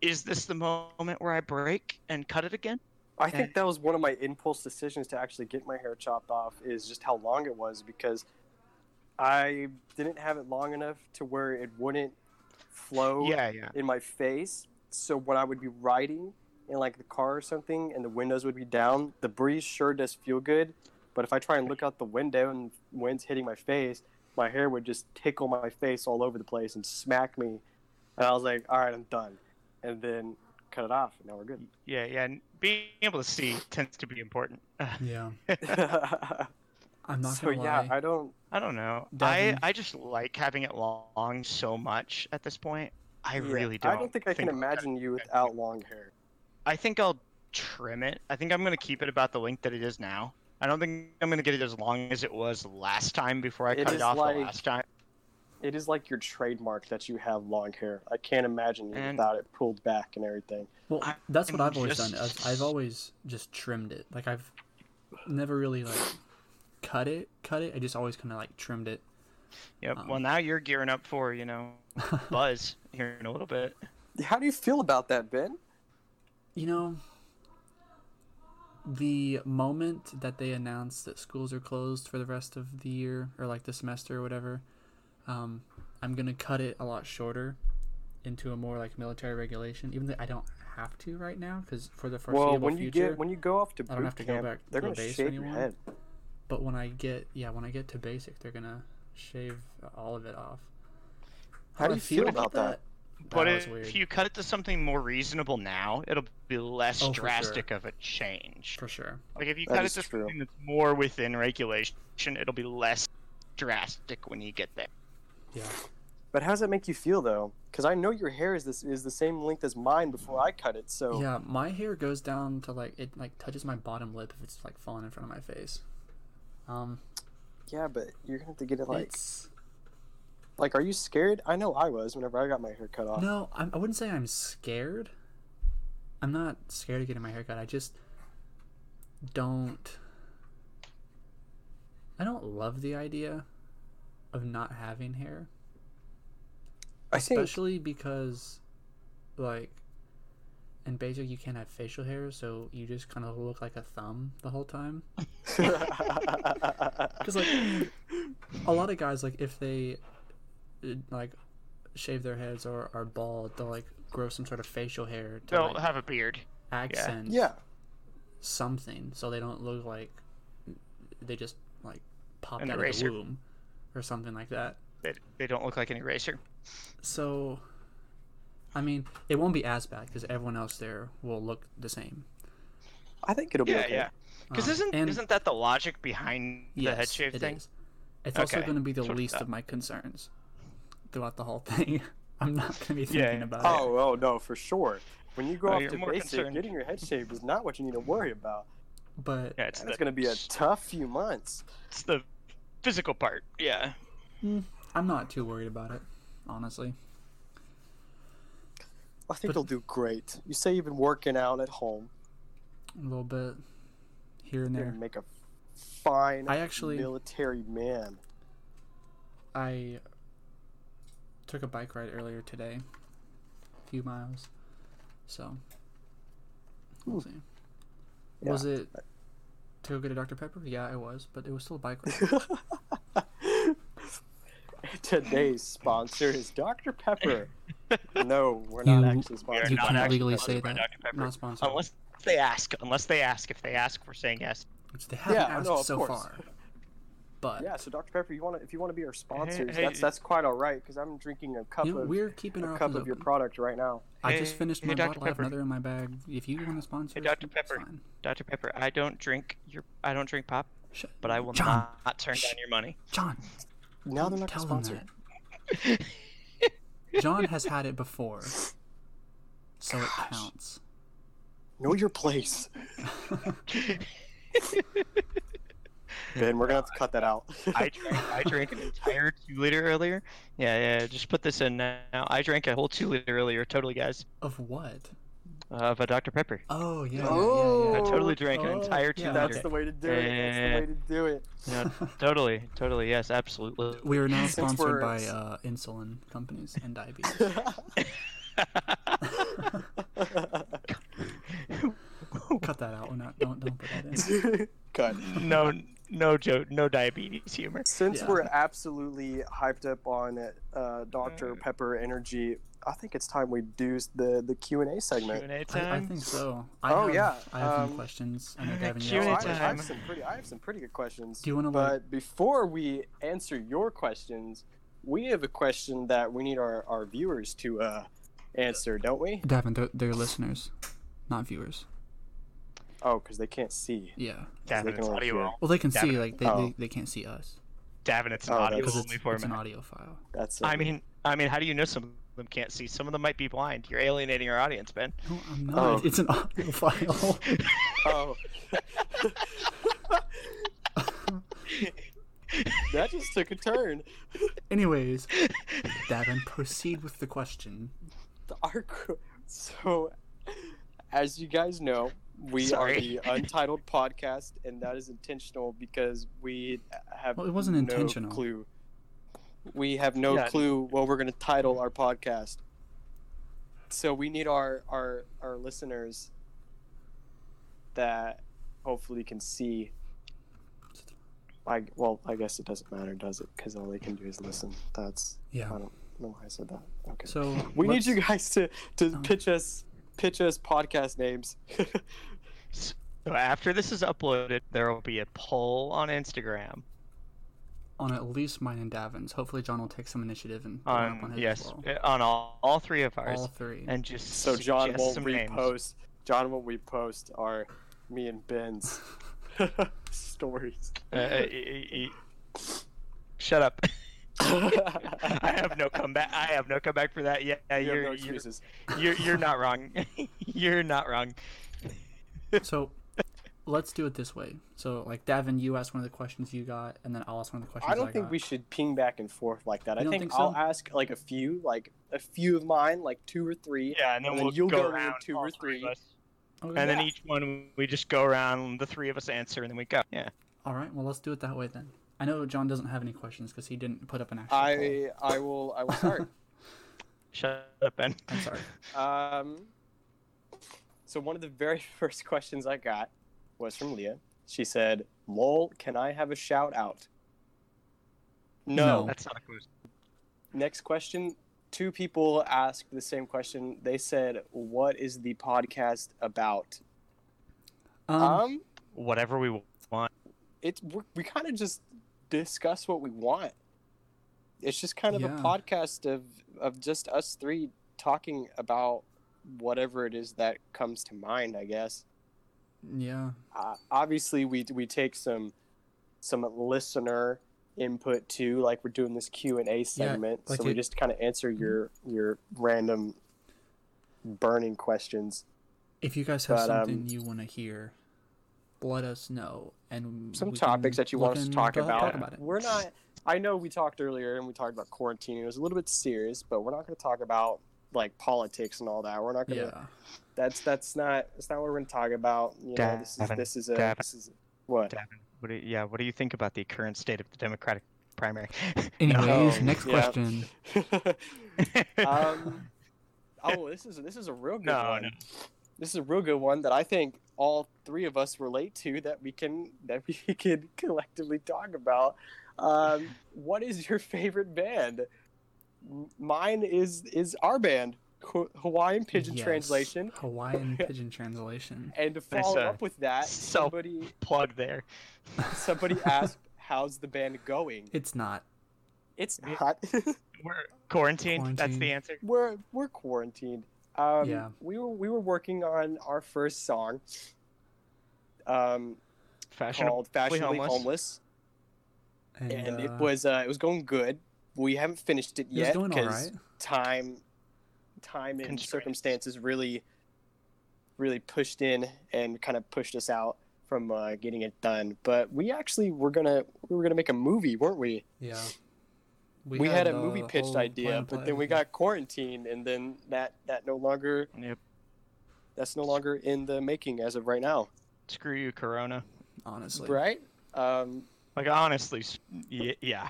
Speaker 3: is this the moment where I break and cut it again?
Speaker 2: I
Speaker 3: Okay.
Speaker 2: think that was one of my impulse decisions to actually get my hair chopped off is just how long it was because I didn't have it long enough to where it wouldn't
Speaker 1: Oh.
Speaker 2: flow
Speaker 3: Yeah, yeah.
Speaker 2: in my face. So when I would be riding in like the car or something and the windows would be down, the breeze sure does feel good. But if I try and look out the window and wind's hitting my face, my hair would just tickle my face all over the place and smack me. And I was like, all right, I'm done. And then cut it off. And now we're good.
Speaker 3: Yeah, yeah. And being able to see tends to be important. Uh,
Speaker 1: Yeah, I'm not
Speaker 2: so
Speaker 1: gonna lie.
Speaker 2: yeah, I don't.
Speaker 3: I don't know.
Speaker 1: Devin?
Speaker 3: I I just like having it long so much at this point. I
Speaker 2: yeah,
Speaker 3: really don't.
Speaker 2: I don't think I can
Speaker 3: about that.
Speaker 2: imagine you without long hair.
Speaker 3: I think I'll trim it. I think I'm gonna keep it about the length that it is now. I don't think I'm gonna get it as long as it was last time before I
Speaker 2: It
Speaker 3: cut
Speaker 2: is
Speaker 3: it off
Speaker 2: like-
Speaker 3: the last time.
Speaker 2: It is like your trademark that you have long hair. I can't imagine you
Speaker 3: And-
Speaker 2: without it pulled back and everything.
Speaker 1: Well,
Speaker 3: I-
Speaker 1: that's what
Speaker 3: I'm
Speaker 1: I've always done.
Speaker 3: just-
Speaker 1: I've, I've always just trimmed it. Like I've never really like cut it, cut it. I just always kind of like trimmed it.
Speaker 3: Yep.
Speaker 1: Um,
Speaker 3: well, now you're gearing up for you know buzz here in a little bit.
Speaker 2: How do you feel about that, Ben?
Speaker 1: You know, the moment that they announced that schools are closed for the rest of the year or like the semester or whatever, um, I'm gonna cut it a lot shorter into a more like military regulation. Even though I don't have to right now, because for the foreseeable
Speaker 2: Well, when you
Speaker 1: future,
Speaker 2: get when you go off to
Speaker 1: I don't
Speaker 2: boot
Speaker 1: have to go
Speaker 2: camp,
Speaker 1: back
Speaker 2: they're
Speaker 1: to
Speaker 2: gonna
Speaker 1: base
Speaker 2: shave your
Speaker 1: anymore.
Speaker 2: head.
Speaker 1: but when I get yeah, when I get to basic, they're gonna shave all of it off.
Speaker 2: How do you feel about that?
Speaker 3: But
Speaker 1: was
Speaker 3: if
Speaker 1: weird.
Speaker 3: you cut it to something more reasonable now, it'll be less
Speaker 1: Oh, for sure.
Speaker 3: drastic of a change.
Speaker 1: For sure.
Speaker 3: Like if you
Speaker 2: That
Speaker 3: cut it
Speaker 2: is
Speaker 3: to
Speaker 2: true.
Speaker 3: something that's more within regulation, it'll be less drastic when you get there.
Speaker 1: Yeah.
Speaker 2: But how does that make you feel though? Because I know your hair is this is the same length as mine before I cut it. So
Speaker 1: Yeah, my hair goes down to like it like touches my bottom lip if it's like falling in front of my face. Um,
Speaker 2: yeah, but you're gonna have to get it like
Speaker 1: it's
Speaker 2: like. Are you scared? I know I was whenever I got my hair cut off.
Speaker 1: no, I'm, I wouldn't say I'm scared. I'm not scared of getting my hair cut. I just don't. I don't love the idea of not having hair.
Speaker 2: I think
Speaker 1: especially because like in basic you can't have facial hair so you just kind of look like a thumb the whole time because like a lot of guys like if they uh, like shave their heads or are bald they'll like grow some sort of facial hair to
Speaker 3: They'll
Speaker 1: like,
Speaker 3: have a beard.
Speaker 1: accent
Speaker 2: yeah.
Speaker 1: something so they don't look like they just like popped
Speaker 3: An
Speaker 1: out
Speaker 3: eraser.
Speaker 1: of the womb or something like that
Speaker 3: They, they don't look like an eraser.
Speaker 1: So, I mean, it won't be as bad because everyone else there will look the same.
Speaker 2: I think it'll be
Speaker 3: Yeah, Uh,
Speaker 2: okay.
Speaker 3: yeah. Because
Speaker 1: Um,
Speaker 3: isn't
Speaker 1: and
Speaker 3: isn't that the logic behind the head
Speaker 1: yes,
Speaker 3: shave
Speaker 1: it
Speaker 3: thing?
Speaker 1: is. It's also
Speaker 3: Okay,
Speaker 1: going to be the
Speaker 3: sort of
Speaker 1: least
Speaker 3: that.
Speaker 1: of my concerns throughout the whole thing. I'm not going to be thinking
Speaker 3: Yeah.
Speaker 1: about it.
Speaker 2: Oh, oh no, for sure. When you go
Speaker 3: Oh,
Speaker 2: off
Speaker 3: you're
Speaker 2: to
Speaker 3: more
Speaker 2: basic,
Speaker 3: concerned.
Speaker 2: getting your head shaved is not what you need to worry about.
Speaker 1: But
Speaker 3: Yeah, it's
Speaker 2: That's
Speaker 3: the,
Speaker 2: going to be a tough few months.
Speaker 3: it's the physical part. Yeah.
Speaker 1: I'm not too worried about it, honestly.
Speaker 2: I think you'll do great. You say you've been working out at home.
Speaker 1: A little bit here and
Speaker 2: You're gonna
Speaker 1: there.
Speaker 2: make a fine
Speaker 1: I actually-
Speaker 2: military man.
Speaker 1: I took a bike ride earlier today, a few miles. So, we'll see.
Speaker 2: Hmm. Yeah.
Speaker 1: Was it to go get a Dr. Pepper? Yeah, it was, but it was still a bike ride.
Speaker 2: Today's sponsor is Dr. Pepper. No, we're not
Speaker 1: You-
Speaker 2: actually
Speaker 3: We are
Speaker 2: sponsored.
Speaker 1: You
Speaker 3: not
Speaker 1: cannot
Speaker 3: actually
Speaker 1: legally
Speaker 3: sponsored
Speaker 1: say
Speaker 3: by
Speaker 1: that.
Speaker 3: Dr. Pepper.
Speaker 1: Not sponsored.
Speaker 3: Unless they ask. Unless they ask. If they ask, we're saying yes.
Speaker 1: Which they haven't
Speaker 2: Yeah,
Speaker 1: asked
Speaker 2: no, of
Speaker 1: so
Speaker 2: course.
Speaker 1: far. But
Speaker 2: Yeah, so Dr. Pepper, you want to if you want to be our sponsors,
Speaker 3: hey,
Speaker 2: that's that's quite all right because I'm drinking a cup
Speaker 1: you know,
Speaker 2: of
Speaker 1: we're keeping
Speaker 2: a
Speaker 1: our
Speaker 2: cup
Speaker 1: options
Speaker 2: of your
Speaker 1: open.
Speaker 2: product right now.
Speaker 1: I just
Speaker 3: Hey,
Speaker 1: finished
Speaker 3: hey,
Speaker 1: my
Speaker 3: Dr.
Speaker 1: bottle. I have
Speaker 3: Pepper.
Speaker 1: another in my bag. If you want to sponsor,
Speaker 3: Hey,
Speaker 1: us,
Speaker 3: Dr.
Speaker 1: that's
Speaker 3: Pepper.
Speaker 1: fine.
Speaker 3: Dr. Pepper, I don't drink your. I don't drink pop,
Speaker 1: Shut-
Speaker 3: but I will
Speaker 1: John,
Speaker 3: not turn down
Speaker 1: Shh.
Speaker 3: your money.
Speaker 1: John,
Speaker 2: Now they're not
Speaker 1: tell him
Speaker 2: sponsored.
Speaker 1: that. John has had it before, so it counts.
Speaker 2: Know your place. Ben, we're gonna have to cut that out.
Speaker 3: I drank, I drank an entire two liter earlier. Yeah, yeah. Just put this in now. I drank a whole two liter earlier, totally, guys,
Speaker 1: Of what?
Speaker 3: of a Dr Pepper.
Speaker 1: Oh yeah, yeah, yeah,
Speaker 3: I
Speaker 1: yeah,
Speaker 2: Oh,
Speaker 3: totally drank an
Speaker 1: oh,
Speaker 3: entire two
Speaker 1: yeah,
Speaker 3: liter.
Speaker 2: That's the way to do it. That's the way to do it.
Speaker 3: No, totally, totally, yes, absolutely.
Speaker 1: We are now
Speaker 2: Since
Speaker 1: sponsored
Speaker 2: we're-
Speaker 1: by uh, insulin companies and diabetes. Cut that out. We're not. Don't don't put that in.
Speaker 2: Cut.
Speaker 3: no, no joke, no diabetes humor.
Speaker 2: Since
Speaker 1: Yeah.
Speaker 2: we're absolutely hyped up on uh, Dr.
Speaker 3: Mm.
Speaker 2: Pepper Energy, I think it's time we do s- the the Q and A segment.
Speaker 3: Q&A time.
Speaker 1: I, I think so. I
Speaker 2: Oh,
Speaker 1: have,
Speaker 2: yeah,
Speaker 1: I have
Speaker 2: um,
Speaker 1: some questions. I know Gavin, you
Speaker 2: No,
Speaker 1: have
Speaker 3: Q&A
Speaker 1: some
Speaker 2: I, I
Speaker 1: questions.
Speaker 3: time.
Speaker 2: have some pretty, I have some pretty good questions.
Speaker 1: Do you want to like?
Speaker 2: But before we answer your questions, we have a question that we need our, our viewers to uh, answer, don't we?
Speaker 1: Davin, they're, they're listeners, not viewers.
Speaker 2: Oh, because they can't see.
Speaker 1: Yeah.
Speaker 3: Davin,
Speaker 2: Making
Speaker 3: it's
Speaker 2: a little
Speaker 3: audio.
Speaker 2: fear.
Speaker 3: only-
Speaker 1: Well, they can see.
Speaker 3: Davin.
Speaker 1: Like they,
Speaker 2: Oh.
Speaker 1: they, they can't see us
Speaker 3: Davin, it's an
Speaker 2: Oh,
Speaker 3: audio
Speaker 2: that's-
Speaker 1: because it's,
Speaker 3: only
Speaker 1: it's an
Speaker 3: format.
Speaker 1: audio file.
Speaker 2: That's it.
Speaker 3: I mean, I mean, how do you know some of them can't see? Some of them might be blind. You're alienating our audience, Ben.
Speaker 1: No, I'm not.
Speaker 2: Oh.
Speaker 1: It's an audio file.
Speaker 2: oh. that just took a turn.
Speaker 1: Anyways, Davin, proceed with the question.
Speaker 2: The arc. So, as you guys know, we
Speaker 3: Sorry.
Speaker 2: are the Untitled podcast, and that is intentional because we have
Speaker 1: Well, it wasn't
Speaker 2: no
Speaker 1: intentional.
Speaker 2: clue. We have no
Speaker 3: Yeah.
Speaker 2: clue what we're going to title our podcast. So we need our our our listeners that hopefully can see. I well, I guess it doesn't matter, does it? Because all they can do is listen. That's I
Speaker 1: Yeah.
Speaker 2: don't know why I said that. Okay.
Speaker 1: So
Speaker 2: We
Speaker 1: let's-
Speaker 2: need you guys to to
Speaker 1: Oh.
Speaker 2: pitch us pitch us podcast names.
Speaker 3: So after this is uploaded, there will be a poll on Instagram.
Speaker 1: on at least mine and Davin's. Hopefully, John will take some initiative and put
Speaker 2: Um,
Speaker 1: one up
Speaker 3: On
Speaker 1: on his
Speaker 3: yes,
Speaker 1: as well.
Speaker 3: uh, on all, all three of ours,
Speaker 1: All three.
Speaker 3: and just
Speaker 2: so John
Speaker 3: suggest
Speaker 2: won't
Speaker 3: some names.
Speaker 2: repost. John won't repost our me and Ben's stories.
Speaker 3: Uh, uh, e- e- e- Shut up. I have no comeback. I have no comeback for that. Yeah,
Speaker 2: You have
Speaker 3: you're,
Speaker 2: no
Speaker 3: you're,
Speaker 2: excuses.
Speaker 3: you're you're not wrong. you're not wrong.
Speaker 1: so let's do it this way. So like Davin, you ask one of the questions you got, and then I'll ask one of the questions.
Speaker 2: I don't think
Speaker 1: got.
Speaker 2: we should ping back and forth like that.
Speaker 1: You
Speaker 2: I
Speaker 1: don't
Speaker 2: think,
Speaker 1: think
Speaker 2: I'll
Speaker 1: so?
Speaker 2: ask like a few, like a few of mine, like two or three.
Speaker 3: Yeah, and then
Speaker 2: And then
Speaker 3: we'll
Speaker 2: you'll
Speaker 3: go,
Speaker 2: go
Speaker 3: around
Speaker 2: with two
Speaker 3: all
Speaker 2: or
Speaker 3: three of
Speaker 2: three. Oh,
Speaker 3: us.
Speaker 1: Okay.
Speaker 3: and then each one we just go around. The three of us answer, and then we go. Yeah.
Speaker 1: All right. Well, let's do it that way then. I know John doesn't have any questions because he didn't put up an actual. poll.
Speaker 2: I I will I will start.
Speaker 3: Shut up, Ben.
Speaker 1: I'm sorry.
Speaker 2: Um, so one of the very first questions I got was from Leah. She said, "Lol, can I have a shout out?" No.
Speaker 1: No.
Speaker 3: That's not a question.
Speaker 2: Next question. Two people asked the same question. They said, "What is the podcast about?"
Speaker 1: Um,
Speaker 2: Um,
Speaker 3: Whatever we want.
Speaker 2: it's we we kind of just discuss what we want. It's just kind of
Speaker 1: Yeah.
Speaker 2: a podcast of of just us three talking about whatever it is that comes to mind, I guess.
Speaker 1: Um, yeah.
Speaker 2: uh, obviously we we take some some listener input too like we're doing this q&a segment
Speaker 1: like
Speaker 2: so we
Speaker 1: it- Mm-hmm.
Speaker 2: just kind of answer your your random burning questions
Speaker 1: If you guys have
Speaker 2: But, um,
Speaker 1: something you want to hear, let us know. And
Speaker 2: some
Speaker 1: we can
Speaker 2: topics that you want us to
Speaker 1: look
Speaker 2: talk
Speaker 1: into-
Speaker 2: about.
Speaker 1: it.
Speaker 2: We're not. I know we talked earlier and we talked about quarantine. It was a little bit serious, but we're not going to talk about like politics and all that. We're not going to.
Speaker 1: Yeah.
Speaker 2: That's that's not that's not what we're going to talk about. You know, this is
Speaker 3: Davin,
Speaker 2: this is a
Speaker 3: Davin.
Speaker 2: this is what.
Speaker 3: Davin, what do you, yeah, what do you think about the current state of the Democratic primary?
Speaker 1: Anyways,
Speaker 2: No.
Speaker 1: next
Speaker 2: Oh, Yeah.
Speaker 1: question.
Speaker 2: Oh, um, oh, this is this is a real good
Speaker 3: No,
Speaker 2: one.
Speaker 3: no.
Speaker 2: This is a real good one that I think all three of us relate to that we can that we could collectively talk about. Um, what is your favorite band? M- Mine is is our band, Ho- Hawaiian Pigeon
Speaker 1: Yes,
Speaker 2: Translation.
Speaker 1: Hawaiian pigeon translation.
Speaker 2: And to follow
Speaker 3: uh,
Speaker 2: up with that,
Speaker 3: so-
Speaker 2: somebody
Speaker 3: Plug there.
Speaker 2: somebody asked, "How's the band going?"
Speaker 1: It's not.
Speaker 2: It's not.
Speaker 3: We're quarantined. That's
Speaker 1: Quarantined.
Speaker 3: the answer.
Speaker 2: we're we're quarantined. Um,
Speaker 1: Yeah.
Speaker 2: We were we were working on our first song, um,
Speaker 3: Fashionable.
Speaker 2: called "Fashionably
Speaker 3: Homeless.
Speaker 2: Homeless,",
Speaker 1: And,
Speaker 2: and, it
Speaker 1: uh,
Speaker 2: was uh, it was going good. We haven't finished it
Speaker 1: It was
Speaker 2: yet
Speaker 1: doing all right.
Speaker 2: time, time and
Speaker 3: Constraints.
Speaker 2: circumstances really, really pushed in and kind of pushed us out from uh, getting it done. But we actually were gonna we were gonna make a movie, weren't we?
Speaker 1: Yeah.
Speaker 2: We, had, a
Speaker 1: uh,
Speaker 2: movie
Speaker 1: the
Speaker 2: pitched
Speaker 1: whole
Speaker 2: idea,
Speaker 1: plan
Speaker 2: but
Speaker 1: play-
Speaker 2: then we got quarantined, and then that that no longer
Speaker 3: Yep.
Speaker 2: that's no longer in the making as of right now,
Speaker 3: Screw you, Corona.
Speaker 1: honestly
Speaker 2: right? Um,
Speaker 3: Like honestly, s- y- yeah.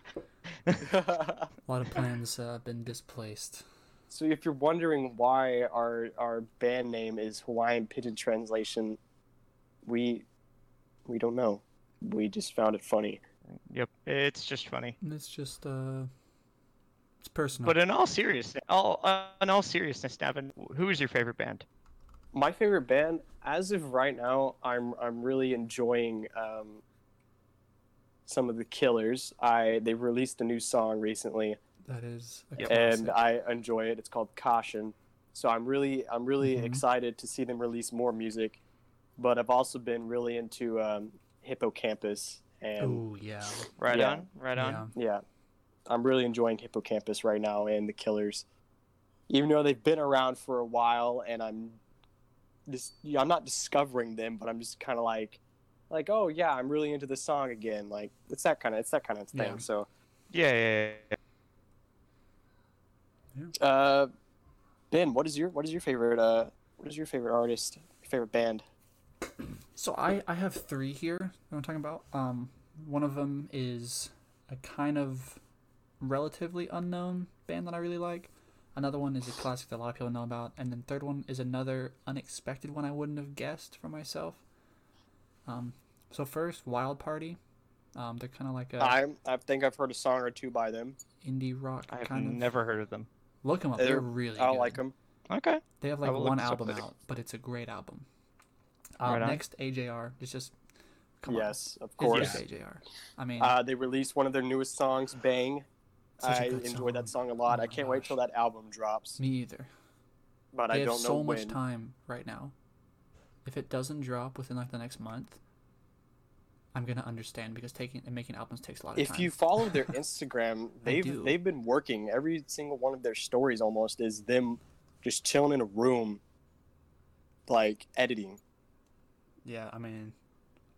Speaker 1: a lot of plans uh, been displaced.
Speaker 2: so if you're wondering why our our band name is Hawaiian Pigeon Translation, we we don't know. We just found it funny.
Speaker 3: Yep. It's just funny.
Speaker 1: And it's just uh, it's personal.
Speaker 3: But in all seriousness, all uh, in all seriousness, Davin, who is your favorite band?
Speaker 2: My favorite band, as of right now, I'm I'm really enjoying um, some of the Killers. I they released a new song recently.
Speaker 1: that is a
Speaker 3: Yep.
Speaker 2: and
Speaker 1: classic.
Speaker 2: I enjoy it. It's called Caution. So I'm really I'm really
Speaker 1: Mhm.
Speaker 2: excited to see them release more music, but I've also been really into um, Hippocampus and
Speaker 1: oh yeah.
Speaker 3: Right
Speaker 2: Yeah.
Speaker 3: on, right on.
Speaker 1: yeah.
Speaker 2: yeah, I'm really enjoying Hippocampus right now and the Killers, even though they've been around for a while and I'm this yeah, I'm not discovering them, but I'm just kind of like like oh yeah I'm really into this song again like it's that kind of it's that kind of thing.
Speaker 1: Yeah.
Speaker 2: So
Speaker 3: Yeah, yeah, yeah.
Speaker 2: Uh, ben, what is your what is your favorite uh what is your favorite artist, your favorite band?
Speaker 1: So I I have three here. That I'm talking about. Um, one of them is a kind of relatively unknown band that I really like. Another one is a classic that a lot of people know about, and then third one is another unexpected one I wouldn't have guessed for myself. Um, so first, Wild Party. Um, they're kind of like a
Speaker 2: I I think I've heard a song or two by them.
Speaker 1: indie rock
Speaker 3: I have
Speaker 1: kind of.
Speaker 3: never heard of them.
Speaker 1: Look them up.
Speaker 2: They're-
Speaker 1: They're really. good.
Speaker 2: I don't like them.
Speaker 3: Okay.
Speaker 1: They have
Speaker 3: I
Speaker 1: like
Speaker 3: will look
Speaker 1: one
Speaker 3: this up
Speaker 1: album
Speaker 3: later.
Speaker 1: out, but it's a great album. Um,
Speaker 3: Right on.
Speaker 1: next, AJR. It's just come on.
Speaker 2: yes, of
Speaker 1: It's
Speaker 2: course.
Speaker 1: just AJR. I mean,
Speaker 2: Uh, they released one of their newest songs, "Bang."
Speaker 1: Such a
Speaker 2: I
Speaker 1: good
Speaker 2: enjoyed that
Speaker 1: song.
Speaker 2: song a lot.
Speaker 1: Oh
Speaker 2: I
Speaker 1: my
Speaker 2: can't wait
Speaker 1: gosh.
Speaker 2: till that album drops,
Speaker 1: me either.
Speaker 2: but
Speaker 1: They
Speaker 2: I
Speaker 1: have
Speaker 2: don't know
Speaker 1: so
Speaker 2: when.
Speaker 1: much time right now. If it doesn't drop within like the next month, I'm gonna understand because taking and making albums takes a lot of
Speaker 2: If
Speaker 1: time.
Speaker 2: you follow their Instagram,
Speaker 1: I
Speaker 2: they've
Speaker 1: do.
Speaker 2: they've been working. Every single one of their stories almost is them just chilling in a room, like editing.
Speaker 1: yeah, I mean,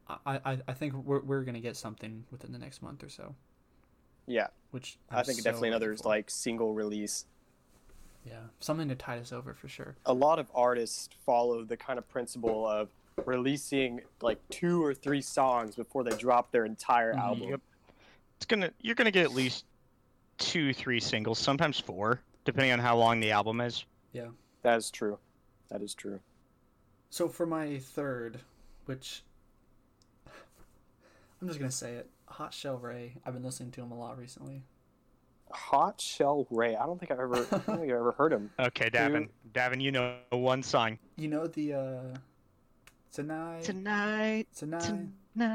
Speaker 1: I I, I think we're we're gonna get something within the next month or so.
Speaker 2: Yeah,
Speaker 1: Which
Speaker 2: i
Speaker 1: I'm
Speaker 2: think
Speaker 1: so
Speaker 2: definitely another
Speaker 1: looking for.
Speaker 2: like single release.
Speaker 1: yeah something to tide us over for sure.
Speaker 2: a lot of artists follow the kind of principle of releasing like two or three songs before they drop their entire
Speaker 1: Mhm.
Speaker 2: album.
Speaker 3: Yep. It's gonna. You're gonna get at least two, three singles, sometimes four, depending on how long the album is.
Speaker 1: Yeah.
Speaker 2: That is true. That is true.
Speaker 1: So for my third, which I'm just gonna say it, Hot Shell Ray. I've been listening to him a lot recently.
Speaker 2: Hot Shell Ray. I don't think I've ever, I don't think I've ever heard him.
Speaker 3: Okay, Davin. Davin, you know one song.
Speaker 1: You know the uh, tonight, tonight,
Speaker 3: Tonight,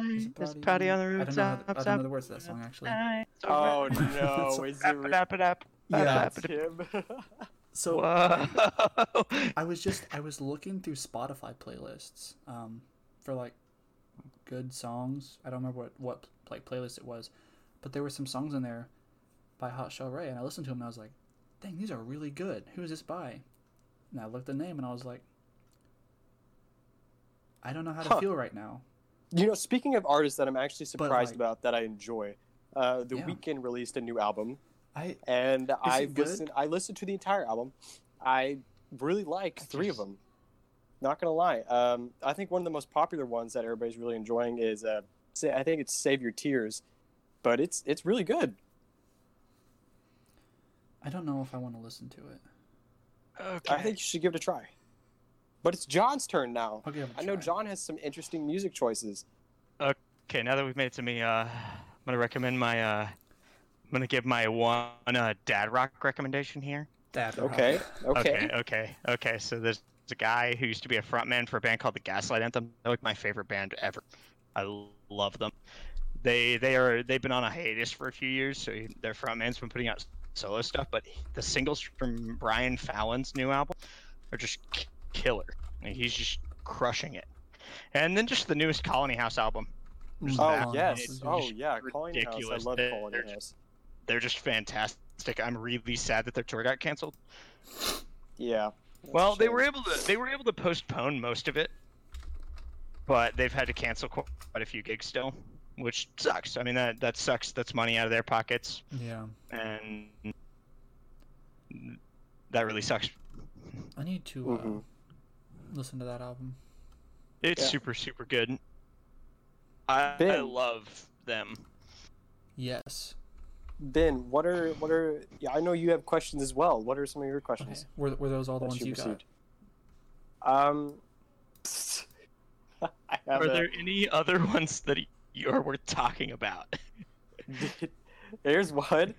Speaker 1: is a
Speaker 3: tonight,
Speaker 1: party, on the Uh, roof. I don't know, how, I don't know the words of that song actually.
Speaker 2: Oh
Speaker 1: That's a-
Speaker 2: no! is it re-
Speaker 1: Yeah.
Speaker 2: that's him?
Speaker 1: So
Speaker 3: Whoa.
Speaker 1: I was just I was looking through Spotify playlists um, for like good songs. I don't remember what what like playlist it was, but there were some songs in there by Hot Shell Ray, and I listened to them and I was like, "Dang, these are really good. Who is this by?" And I looked the name and I was like, "I don't know how to
Speaker 2: Huh.
Speaker 1: feel right now."
Speaker 2: You know, speaking of artists that I'm actually surprised
Speaker 1: like-
Speaker 2: about that I enjoy, uh, The
Speaker 1: Yeah.
Speaker 2: Weeknd released a new album,
Speaker 1: I
Speaker 2: and I
Speaker 1: good?
Speaker 2: listened. I listened to the entire album. I really like
Speaker 3: I
Speaker 2: three of
Speaker 3: just-
Speaker 2: them. Not gonna lie, um, I think one of the most popular ones that everybody's really enjoying is uh, Sa- I think it's Save Your Tears, but it's it's really good.
Speaker 1: I don't know if I want to listen to it.
Speaker 3: Okay.
Speaker 2: I think you should give it a try. But it's John's turn now.
Speaker 1: I'll give it a
Speaker 2: I know
Speaker 1: try.
Speaker 2: John has some interesting music choices.
Speaker 3: Okay, now that we've made it to me, uh, I'm gonna recommend my. Uh, I'm gonna give my one uh, dad rock recommendation here.
Speaker 1: That
Speaker 2: Okay, okay.
Speaker 3: okay, okay. okay, So there's a guy who used to be a frontman for a band called the Gaslight Anthem. They're like my favorite band ever. I love them. They they are they've been on a hiatus for a few years, so he- their frontman's been putting out solo stuff. But the singles from Brian Fallon's new album are just k- killer. I mean, he's just crushing it. And then just the newest Colony House album.
Speaker 1: Mm,
Speaker 2: Oh
Speaker 1: Colony House
Speaker 2: yes.
Speaker 1: is
Speaker 2: Oh
Speaker 1: just
Speaker 2: yeah. Colony House. I
Speaker 3: ridiculous.
Speaker 2: love
Speaker 3: They're-
Speaker 2: Colony
Speaker 3: they're
Speaker 2: House.
Speaker 3: They're just fantastic. I'm really sad that their tour got canceled.
Speaker 2: Yeah.
Speaker 3: Well, they
Speaker 2: Sure.
Speaker 3: were able to they were able to postpone most of it, but they've had to cancel qu- quite a few gigs still, which sucks. I mean that that sucks. That's money out of their pockets,
Speaker 1: Yeah.
Speaker 3: and that really sucks.
Speaker 1: I need to uh,
Speaker 3: Mm-hmm.
Speaker 2: Mhm.
Speaker 1: listen to that album.
Speaker 3: It's
Speaker 2: Yeah.
Speaker 3: super super good. I, I
Speaker 2: Ben.
Speaker 3: love them.
Speaker 1: Yes.
Speaker 2: Ben, what are what are? Yeah, I know you have questions as well. What are some of your
Speaker 1: Okay.
Speaker 2: questions
Speaker 1: Were, were those all the
Speaker 2: that
Speaker 1: ones
Speaker 2: you
Speaker 1: you got?
Speaker 2: received? Um, I have
Speaker 3: Are
Speaker 2: a-
Speaker 3: there any other ones that you are worth talking about?
Speaker 2: There's one.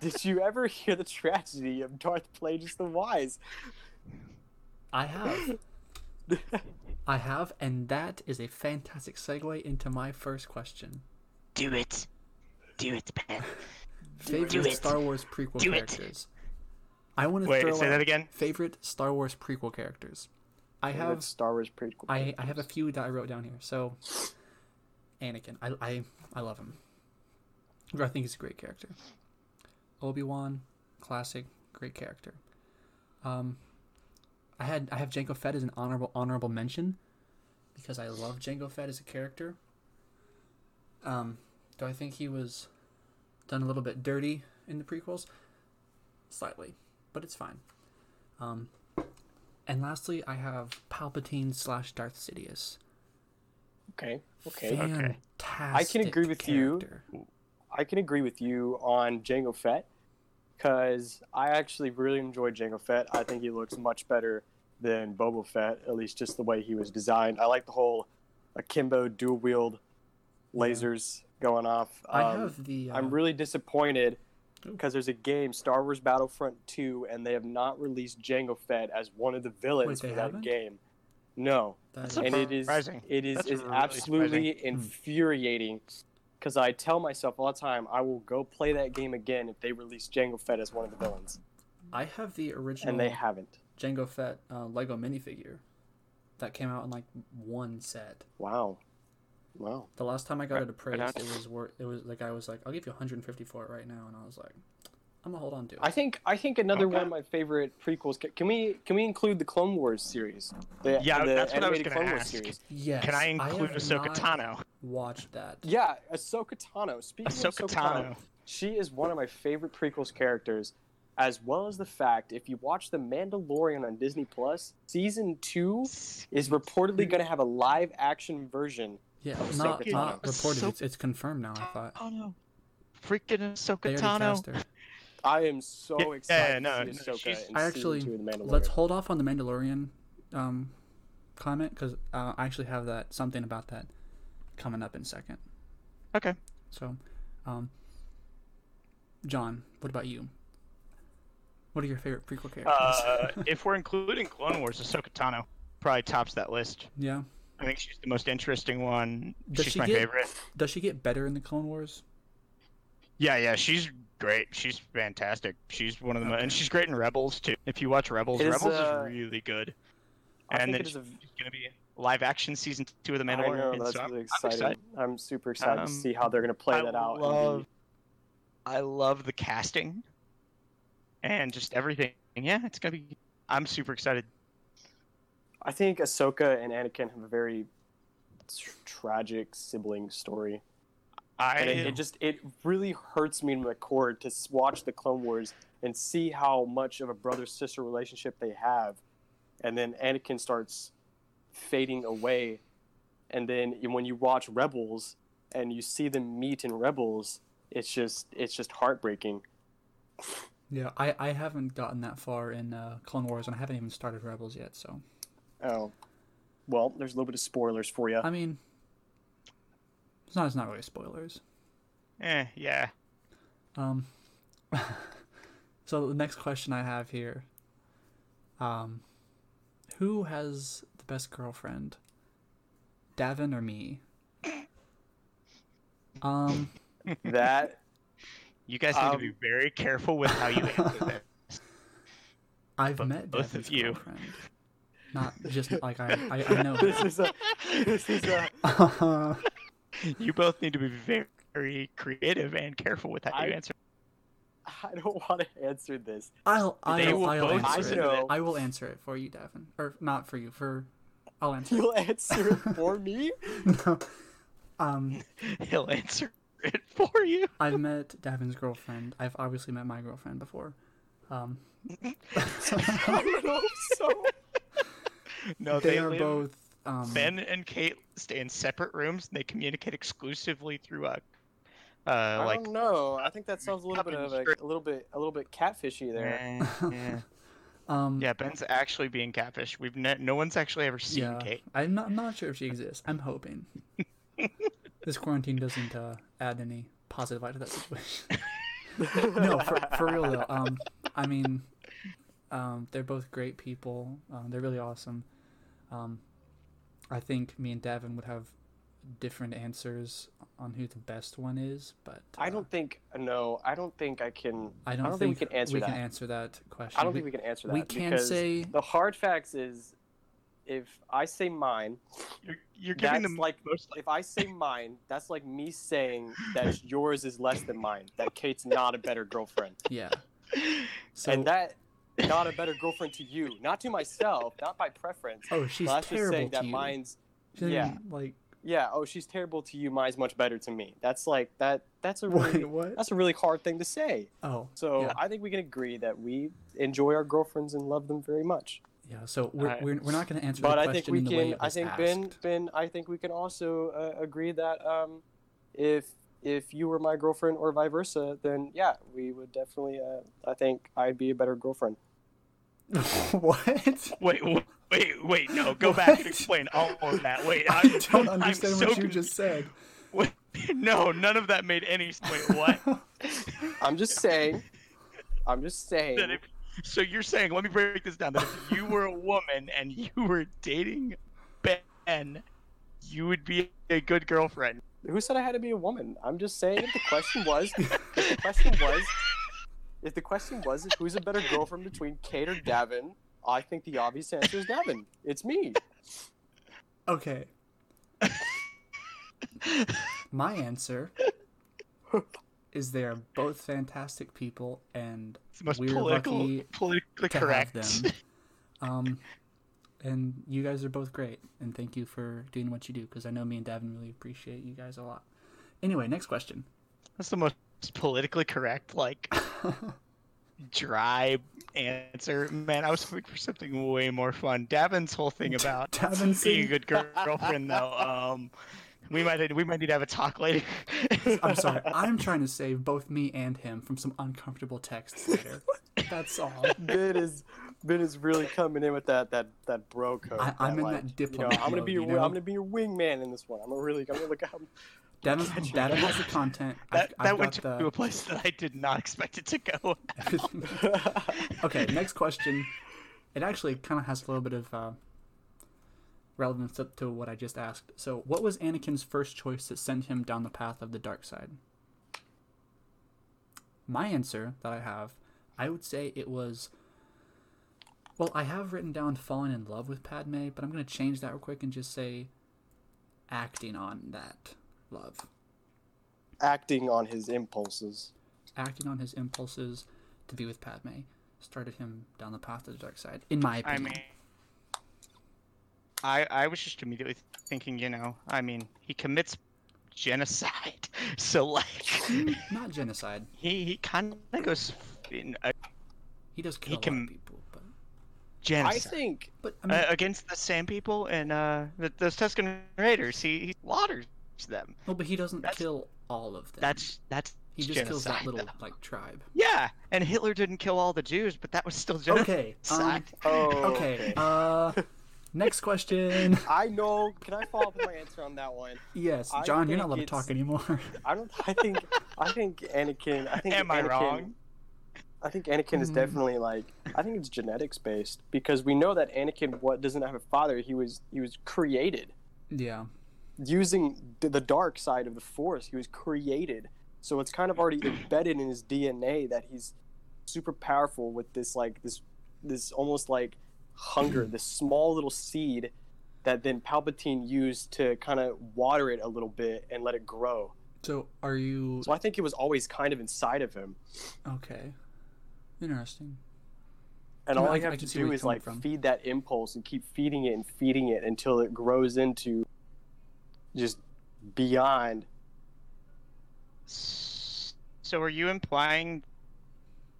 Speaker 2: Did you ever hear the tragedy of Darth Plagueis the Wise?
Speaker 1: I have. I have, and that is a fantastic segue into my first question.
Speaker 3: Do it, do it, Ben.
Speaker 1: Favorite
Speaker 3: it.
Speaker 1: Star Wars prequel
Speaker 3: Do it.
Speaker 1: characters. I want to
Speaker 3: Wait,
Speaker 1: throw
Speaker 3: say
Speaker 1: out
Speaker 3: that again.
Speaker 1: favorite Star Wars prequel characters. I have
Speaker 2: Star Wars prequel.
Speaker 1: I, I have a few that I wrote down here. So, Anakin, I I, I love him. I think he's a great character. Obi Wan, classic, great character. Um, I had I have Jango Fett as an honorable honorable mention because I love Jango Fett as a character. Um, do I think he was done a little bit dirty in the prequels? Slightly, but it's fine. Um, and lastly, I have Palpatine slash Darth Sidious.
Speaker 2: okay. Okay.
Speaker 1: Fantastic.
Speaker 2: agree with you.
Speaker 1: character.
Speaker 2: I can agree with you on Jango Fett because I actually really enjoy Jango Fett. I think he looks much better than Boba Fett, at least just the way he was designed. I like the whole akimbo dual wield lasers going off.
Speaker 1: I
Speaker 2: Um,
Speaker 1: have the. Uh,
Speaker 2: I'm really disappointed
Speaker 1: Ooh.
Speaker 2: because there's a game, Star Wars Battlefront 2, and they have not released Jango Fett as one of the villains
Speaker 1: Wait, they
Speaker 2: for that
Speaker 1: haven't?
Speaker 2: game. No
Speaker 1: that
Speaker 3: That's
Speaker 1: is-
Speaker 2: and it is
Speaker 3: Surprising. Hmm.
Speaker 2: it is
Speaker 3: That's
Speaker 2: is
Speaker 3: really
Speaker 2: absolutely infuriating because I tell myself all the time I will go play that game again if they release Jango Fett as one of the villains,
Speaker 1: I have the original
Speaker 2: and they
Speaker 3: Hmm.
Speaker 2: haven't.
Speaker 1: Jango Fett uh, Lego minifigure that came out in like one set.
Speaker 2: Wow, wow.
Speaker 1: The last time I got
Speaker 3: Right-
Speaker 1: it appraised,
Speaker 3: right on.
Speaker 1: it was worth. It was the guy was like, "I'll give you 150 for it right now," and I was like, "I'm gonna hold on to it."
Speaker 2: I think I think another
Speaker 3: Okay.
Speaker 2: one of my favorite prequels. ca- Can we can we include the Clone Wars series? The,
Speaker 3: Yeah,
Speaker 2: the
Speaker 3: that's what I was
Speaker 2: animated
Speaker 3: gonna
Speaker 2: Clone Wars
Speaker 3: ask.
Speaker 2: series.
Speaker 1: yes,
Speaker 3: Can I include
Speaker 1: have
Speaker 3: Ahsoka
Speaker 1: not
Speaker 3: Tano?
Speaker 1: Watched that.
Speaker 2: Yeah, Ahsoka Tano. Speaking
Speaker 3: Ahsoka
Speaker 2: of Ahsoka Tano,
Speaker 3: Tano.
Speaker 2: She is one of my favorite prequels characters, as well as the fact if you watch The Mandalorian on Disney Plus, season two is reportedly going to have a live action version.
Speaker 1: Yeah,
Speaker 2: Ahsoka
Speaker 1: not, not
Speaker 2: Tano.
Speaker 1: reported.
Speaker 3: Ahsoka-
Speaker 1: It's, it's confirmed now. I thought
Speaker 3: Oh no. Freaking
Speaker 1: they
Speaker 3: Ahsoka
Speaker 1: already
Speaker 3: Tano.
Speaker 1: cast her.
Speaker 2: I am so
Speaker 3: Yeah,
Speaker 2: excited
Speaker 3: yeah, no,
Speaker 2: to
Speaker 3: no,
Speaker 2: see Ahsoka
Speaker 3: she's-
Speaker 2: in
Speaker 1: I actually-
Speaker 2: season two of The Mandalorian.
Speaker 1: Let's hold off on the Mandalorian um, comment because uh, I actually have that something about that coming up in a second.
Speaker 3: Okay.
Speaker 1: So, um, John, what about you? What are your favorite prequel characters?
Speaker 3: Uh, if we're including Clone Wars, Ahsoka Tano probably tops that list.
Speaker 1: yeah.
Speaker 3: I think she's the most interesting one.
Speaker 1: Does
Speaker 3: she's
Speaker 1: she
Speaker 3: my
Speaker 1: get-
Speaker 3: favorite.
Speaker 1: Does she get better in the Clone Wars?
Speaker 3: Yeah, yeah, she's great. She's fantastic. She's one of the mo- and she's great in Rebels too. If you watch Rebels,
Speaker 2: It is,
Speaker 3: Rebels
Speaker 2: uh,
Speaker 3: is really good.
Speaker 2: I
Speaker 3: and
Speaker 2: think
Speaker 3: then
Speaker 2: it is a,
Speaker 3: She's gonna be live action season two of the
Speaker 2: I know,
Speaker 3: Mandalorian.
Speaker 2: that's
Speaker 3: so I'm-
Speaker 2: really
Speaker 3: I'm
Speaker 2: exciting. I'm, super excited
Speaker 3: Um,
Speaker 2: to see how they're going to play
Speaker 3: I
Speaker 2: that out. and
Speaker 3: love-
Speaker 2: be-
Speaker 3: I love the casting and just everything. Yeah, it's gonna be. I'm super excited.
Speaker 2: I think Ahsoka and Anakin have a very tr- tragic sibling story.
Speaker 3: I
Speaker 2: And it, it just it really hurts me in my core to s- watch the Clone Wars and see how much of a brother sister relationship they have, and then Anakin starts fading away, and then when you watch Rebels and you see them meet in Rebels, it's just it's just heartbreaking.
Speaker 1: Yeah, I, I haven't gotten that far in uh, Clone Wars, and I haven't even started Rebels yet. So
Speaker 2: Oh, well, there's a little bit of spoilers for you.
Speaker 1: I mean, it's not it's not really spoilers.
Speaker 3: eh, yeah.
Speaker 1: Um, so the next question I have here, um, who has the best girlfriend, Davin or me? Um,
Speaker 2: That
Speaker 3: You guys need to be
Speaker 2: Um,
Speaker 3: very careful with how you answer that.
Speaker 1: I've
Speaker 3: But
Speaker 1: met
Speaker 3: both of
Speaker 1: Davin's
Speaker 3: you.
Speaker 1: girlfriend. Not just like I I, I know.
Speaker 2: this is a this is a
Speaker 1: her.
Speaker 3: You both need to be very, very creative and careful with how you
Speaker 2: I-
Speaker 3: answer.
Speaker 2: I don't want to answer this.
Speaker 1: I'll
Speaker 3: They
Speaker 1: I'll,
Speaker 3: will
Speaker 1: I'll
Speaker 3: both
Speaker 1: answer it.
Speaker 2: know.
Speaker 1: I will answer it for you, Davin, or not for you. For I'll answer.
Speaker 2: You'll answer it for me.
Speaker 1: it. No. um,
Speaker 3: He'll answer it for you.
Speaker 1: I've met Davin's girlfriend. I've obviously met my girlfriend before. Um,
Speaker 2: I would hope so.
Speaker 3: No,
Speaker 1: they,
Speaker 3: they,
Speaker 1: are
Speaker 3: live-
Speaker 1: both. Um,
Speaker 3: Ben and Kate stay in separate rooms and they communicate exclusively through uh, uh
Speaker 2: I
Speaker 3: like.
Speaker 2: don't know. I think that sounds a little bit of a,
Speaker 3: Covenant.
Speaker 2: a little bit a little bit catfishy there.
Speaker 3: Eh, yeah.
Speaker 1: um,
Speaker 3: yeah, Ben's actually being catfish. We've ne- no one's actually ever seen
Speaker 1: yeah.
Speaker 3: Kate.
Speaker 1: I'm not. I'm not sure if she exists. I'm hoping. this quarantine doesn't uh, add any positive light to that situation. no, for, for real though. Um, I mean, um, they're both great people. Um, they're really awesome. Um, I think me and Davin would have different answers on who the best one is, but
Speaker 2: I
Speaker 1: uh,
Speaker 2: don't think no. I don't think I can.
Speaker 1: I don't,
Speaker 2: think, we can answer
Speaker 1: we
Speaker 2: that.
Speaker 1: can answer that question.
Speaker 2: I don't think we can answer that.
Speaker 1: we can
Speaker 2: because
Speaker 1: say-
Speaker 2: the hard facts is, if I say mine,
Speaker 3: You're, you're giving
Speaker 2: That's
Speaker 3: them
Speaker 2: like-
Speaker 3: most.
Speaker 2: if I say mine, that's like me saying that yours is less than mine. That Kate's not a better girlfriend,
Speaker 1: Yeah. So
Speaker 2: and that not a better girlfriend to you, not to myself, not by preference.
Speaker 1: oh, she's
Speaker 2: but that's just
Speaker 1: terrible
Speaker 2: saying
Speaker 1: to
Speaker 2: that
Speaker 1: you.
Speaker 2: mine's
Speaker 1: She doesn't
Speaker 2: yeah.
Speaker 1: even, Like
Speaker 2: yeah. Oh, she's terrible to you. Mine's much better to me. That's like that. That's a really
Speaker 1: wait, what?
Speaker 2: that's a really hard thing to say.
Speaker 1: Oh,
Speaker 2: So
Speaker 1: Yeah.
Speaker 2: I think we can agree that we enjoy our girlfriends and love them very much.
Speaker 1: yeah. So we're,
Speaker 3: Alright.
Speaker 1: we're, we're not going to answer
Speaker 2: But
Speaker 1: the
Speaker 2: I
Speaker 1: question
Speaker 2: think we
Speaker 1: in the way
Speaker 2: can.
Speaker 1: it
Speaker 2: I
Speaker 1: was
Speaker 2: think
Speaker 1: asked.
Speaker 2: Ben, Ben, I think we can also uh, agree that um, if if you were my girlfriend or vice versa, then yeah, we would definitely. Uh, I think I'd be a better girlfriend.
Speaker 1: what?
Speaker 3: Wait, wait, wait, wait, no, go back
Speaker 1: What?
Speaker 3: and explain all of that. Wait,
Speaker 1: I
Speaker 3: I'm,
Speaker 1: don't
Speaker 3: I'm
Speaker 1: understand
Speaker 3: so
Speaker 1: what you
Speaker 3: confused.
Speaker 1: just said.
Speaker 3: What? No, none of that made any. Wait, what?
Speaker 2: I'm just saying. I'm just saying.
Speaker 3: That if, so you're saying, let me break this down. That if you were a woman and you were dating Ben, you would be a good girlfriend.
Speaker 2: Who said I had to be a woman? I'm just saying. If the question was, if the question was, if the question was, who's a better girlfriend between Kate or Davin? I think the obvious answer is Davin. It's me.
Speaker 1: Okay. My answer is they are both fantastic people, and
Speaker 3: It's the most
Speaker 1: We're
Speaker 3: political,
Speaker 1: lucky
Speaker 3: politically
Speaker 1: to
Speaker 3: correct.
Speaker 1: have them. Um, and you guys are both great, and thank you for doing what you do because I know me and Davin really appreciate you guys a lot. Anyway, next question.
Speaker 3: That's the most politically correct, like dry answer. Man, I was hoping for something way more fun. Davin's whole thing about
Speaker 1: Davin
Speaker 3: being a
Speaker 1: sing-
Speaker 3: good girl- girlfriend, though. Um, we might we might need to have a talk later.
Speaker 1: I'm sorry. I'm trying to save both me and him from some uncomfortable texts later. That's all.
Speaker 2: Ben is Ben is really coming in with that that that bro code.
Speaker 1: I- I'm in
Speaker 2: like,
Speaker 1: that
Speaker 2: you know,
Speaker 1: diplomat
Speaker 2: I'm gonna
Speaker 1: mode,
Speaker 2: be
Speaker 1: you
Speaker 2: your,
Speaker 1: know?
Speaker 2: I'm gonna be your wingman in this one. I'm gonna really I'm gonna look out.
Speaker 1: Davin, Davin has the content.
Speaker 3: that
Speaker 1: I've,
Speaker 3: that
Speaker 1: I've
Speaker 3: went
Speaker 1: got
Speaker 3: to
Speaker 1: the
Speaker 3: a place that I did not expect it to go.
Speaker 1: everything. okay, next question. It actually kind of has a little bit of uh, relevance to, to what I just asked. So, what was Anakin's first choice that sent him down the path of the dark side? My answer that I have, I would say it was. Well, I have written down falling in love with Padme, but I'm going to change that real quick and just say acting on that love.
Speaker 2: Acting on his impulses.
Speaker 1: acting on his impulses to be with Padme started him down the path to the dark side, in my
Speaker 3: I
Speaker 1: opinion.
Speaker 3: mean, I I was just immediately thinking, you know, I mean, he commits genocide, so like
Speaker 1: Not genocide.
Speaker 3: he he kind of goes in a
Speaker 1: He does kill
Speaker 3: He
Speaker 1: a lot
Speaker 3: can-
Speaker 1: of people, but
Speaker 2: I
Speaker 3: genocide.
Speaker 2: think
Speaker 1: but I mean,
Speaker 3: uh, against the Sand People and uh, the, those Tuscan Raiders. He, he slaughters them.
Speaker 1: no, but he doesn't
Speaker 3: that's-
Speaker 1: kill all of them.
Speaker 3: That's that's
Speaker 1: he just
Speaker 3: genocide,
Speaker 1: kills that little
Speaker 3: though.
Speaker 1: like tribe.
Speaker 3: Yeah, and Hitler didn't kill all the Jews, but that was still genocide.
Speaker 1: Okay. Um,
Speaker 2: oh
Speaker 1: okay. Uh, next question.
Speaker 2: I know. Can I follow up with my answer on that one?
Speaker 1: Yes,
Speaker 2: I
Speaker 1: John, you're not
Speaker 2: think
Speaker 1: allowed to
Speaker 2: it's-
Speaker 1: talk anymore.
Speaker 2: I don't. I think. I think Anakin. I think.
Speaker 3: Am I
Speaker 2: Anakin-
Speaker 3: wrong?
Speaker 2: I think Anakin is
Speaker 4: Hmm.
Speaker 2: definitely like. I think it's genetics based because we know that Anakin what doesn't have a father. He was he was created
Speaker 1: yeah.
Speaker 2: using th- the dark side of the Force. He was created, so it's kind of already embedded in his DNA that he's super powerful with this like this this almost like hunger, this small little seed that then Palpatine used to kind of water it a little bit and let it grow.
Speaker 1: So are you
Speaker 2: So I think it was always kind of inside of him.
Speaker 1: okay? Interesting.
Speaker 2: And
Speaker 1: No,
Speaker 2: all
Speaker 1: I-
Speaker 2: I, have
Speaker 1: I
Speaker 2: to
Speaker 1: can see where
Speaker 2: do
Speaker 1: you're
Speaker 2: is
Speaker 1: coming
Speaker 2: like
Speaker 1: from.
Speaker 2: feed that impulse and keep feeding it and feeding it until it grows into just beyond.
Speaker 3: S- So are you implying?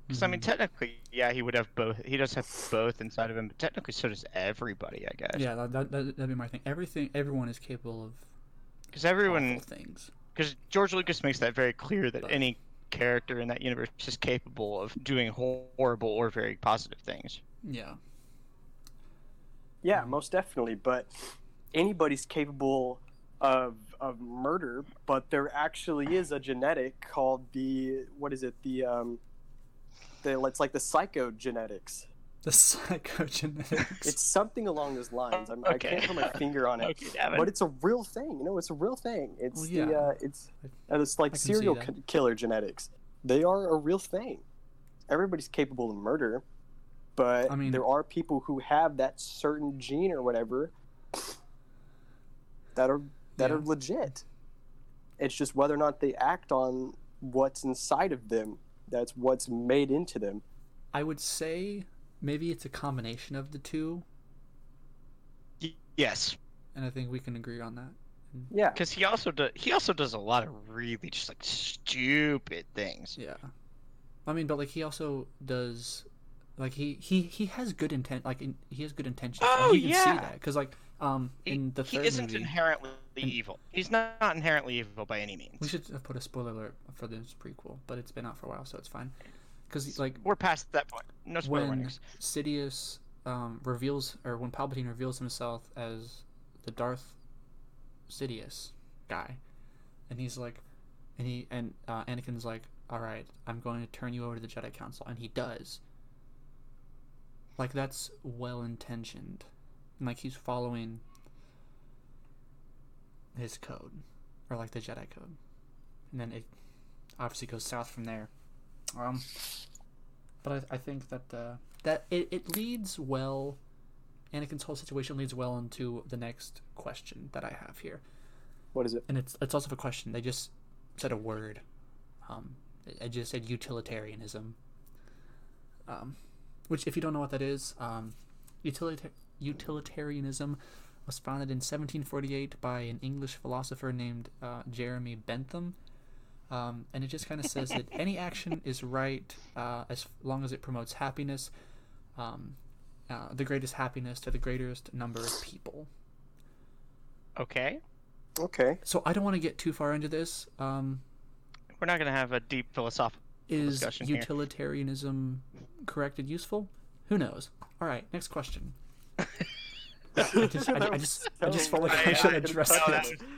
Speaker 3: Because
Speaker 1: Hmm. Mm-hmm.
Speaker 3: I mean, technically, yeah, he would have both. He does have both inside of him, but technically, so does everybody, I guess.
Speaker 1: Yeah, that, that, that, that'd be my thing. Everything, everyone is capable of
Speaker 3: Because everyone,
Speaker 1: awful things.
Speaker 3: because George Lucas makes that very clear that
Speaker 1: Both.
Speaker 3: any character in that universe is capable of doing hor- horrible or very positive things.
Speaker 1: Yeah.
Speaker 2: Yeah, most definitely. But anybody's capable of of murder, but there actually is a genetic called the what is it? The um the it's like the psychogenetics.
Speaker 1: The psychogenetics.
Speaker 2: It's something along those lines. I'm, I
Speaker 3: Okay.
Speaker 2: can't put my finger on it.
Speaker 3: Okay, Davin.
Speaker 2: but it's a real thing. You know, it's a real thing. It's
Speaker 1: Well,
Speaker 2: the
Speaker 1: yeah.
Speaker 2: uh, it's uh, it's
Speaker 1: I
Speaker 2: like
Speaker 1: can see
Speaker 2: serial
Speaker 1: that.
Speaker 2: ki- killer genetics. They are a real thing. Everybody's capable of murder, but
Speaker 1: I mean-
Speaker 2: there are people who have that certain gene or whatever that are that
Speaker 1: Yeah.
Speaker 2: are legit. It's just whether or not they act on what's inside of them. That's what's made into them.
Speaker 1: I would say maybe it's a combination of the two,
Speaker 3: Y- yes.
Speaker 1: and I think we can agree on that.
Speaker 2: Yeah,
Speaker 3: because he also does he also does a lot of really just like stupid things.
Speaker 1: Yeah. I mean, but like he also does, like he he he has good intent. Like in, he has good intentions. and
Speaker 3: Oh,
Speaker 1: you can see
Speaker 3: yeah.
Speaker 1: that because like um
Speaker 3: He,
Speaker 1: in the
Speaker 3: he
Speaker 1: third
Speaker 3: isn't
Speaker 1: movie,
Speaker 3: inherently evil. He's not, not inherently evil by any means.
Speaker 1: we should have put a spoiler alert for this prequel, but it's been out for a while, so it's fine. Because like
Speaker 3: We're past that point. No spoiler
Speaker 1: when
Speaker 3: warnings.
Speaker 1: Sidious um, reveals, or when Palpatine reveals himself as the Darth Sidious guy, and he's like, and he and uh, Anakin's like, "All right, I'm going to turn you over to the Jedi Council," and he does. Like that's well intentioned, and like he's following his code, or like the Jedi code, and then it obviously goes south from there. Um, but I, I think that uh, that it, it leads well. Anakin's whole situation leads well into the next question that I have here,
Speaker 2: what is it?
Speaker 1: and it's it's also a question. They just said a word. Um, I- I just said utilitarianism. Um, which, if you don't know what that is, um, utilita- utilitarianism was founded in 1748 by an English philosopher named uh, Jeremy Bentham. Um, and it just kind of says that any action is right uh, as long as it promotes happiness, um, uh, the greatest happiness to the greatest number of people.
Speaker 3: Okay,
Speaker 2: Okay,
Speaker 1: So I don't want to get too far into this. Um,
Speaker 3: we're not gonna have a deep philosophical.
Speaker 1: is
Speaker 3: discussion here.
Speaker 1: utilitarianism correct and useful? Who knows? All right, next question. I just, I, I just, I just felt like I
Speaker 3: I-
Speaker 1: should
Speaker 3: I-
Speaker 1: address
Speaker 3: no, that
Speaker 1: it.
Speaker 3: was-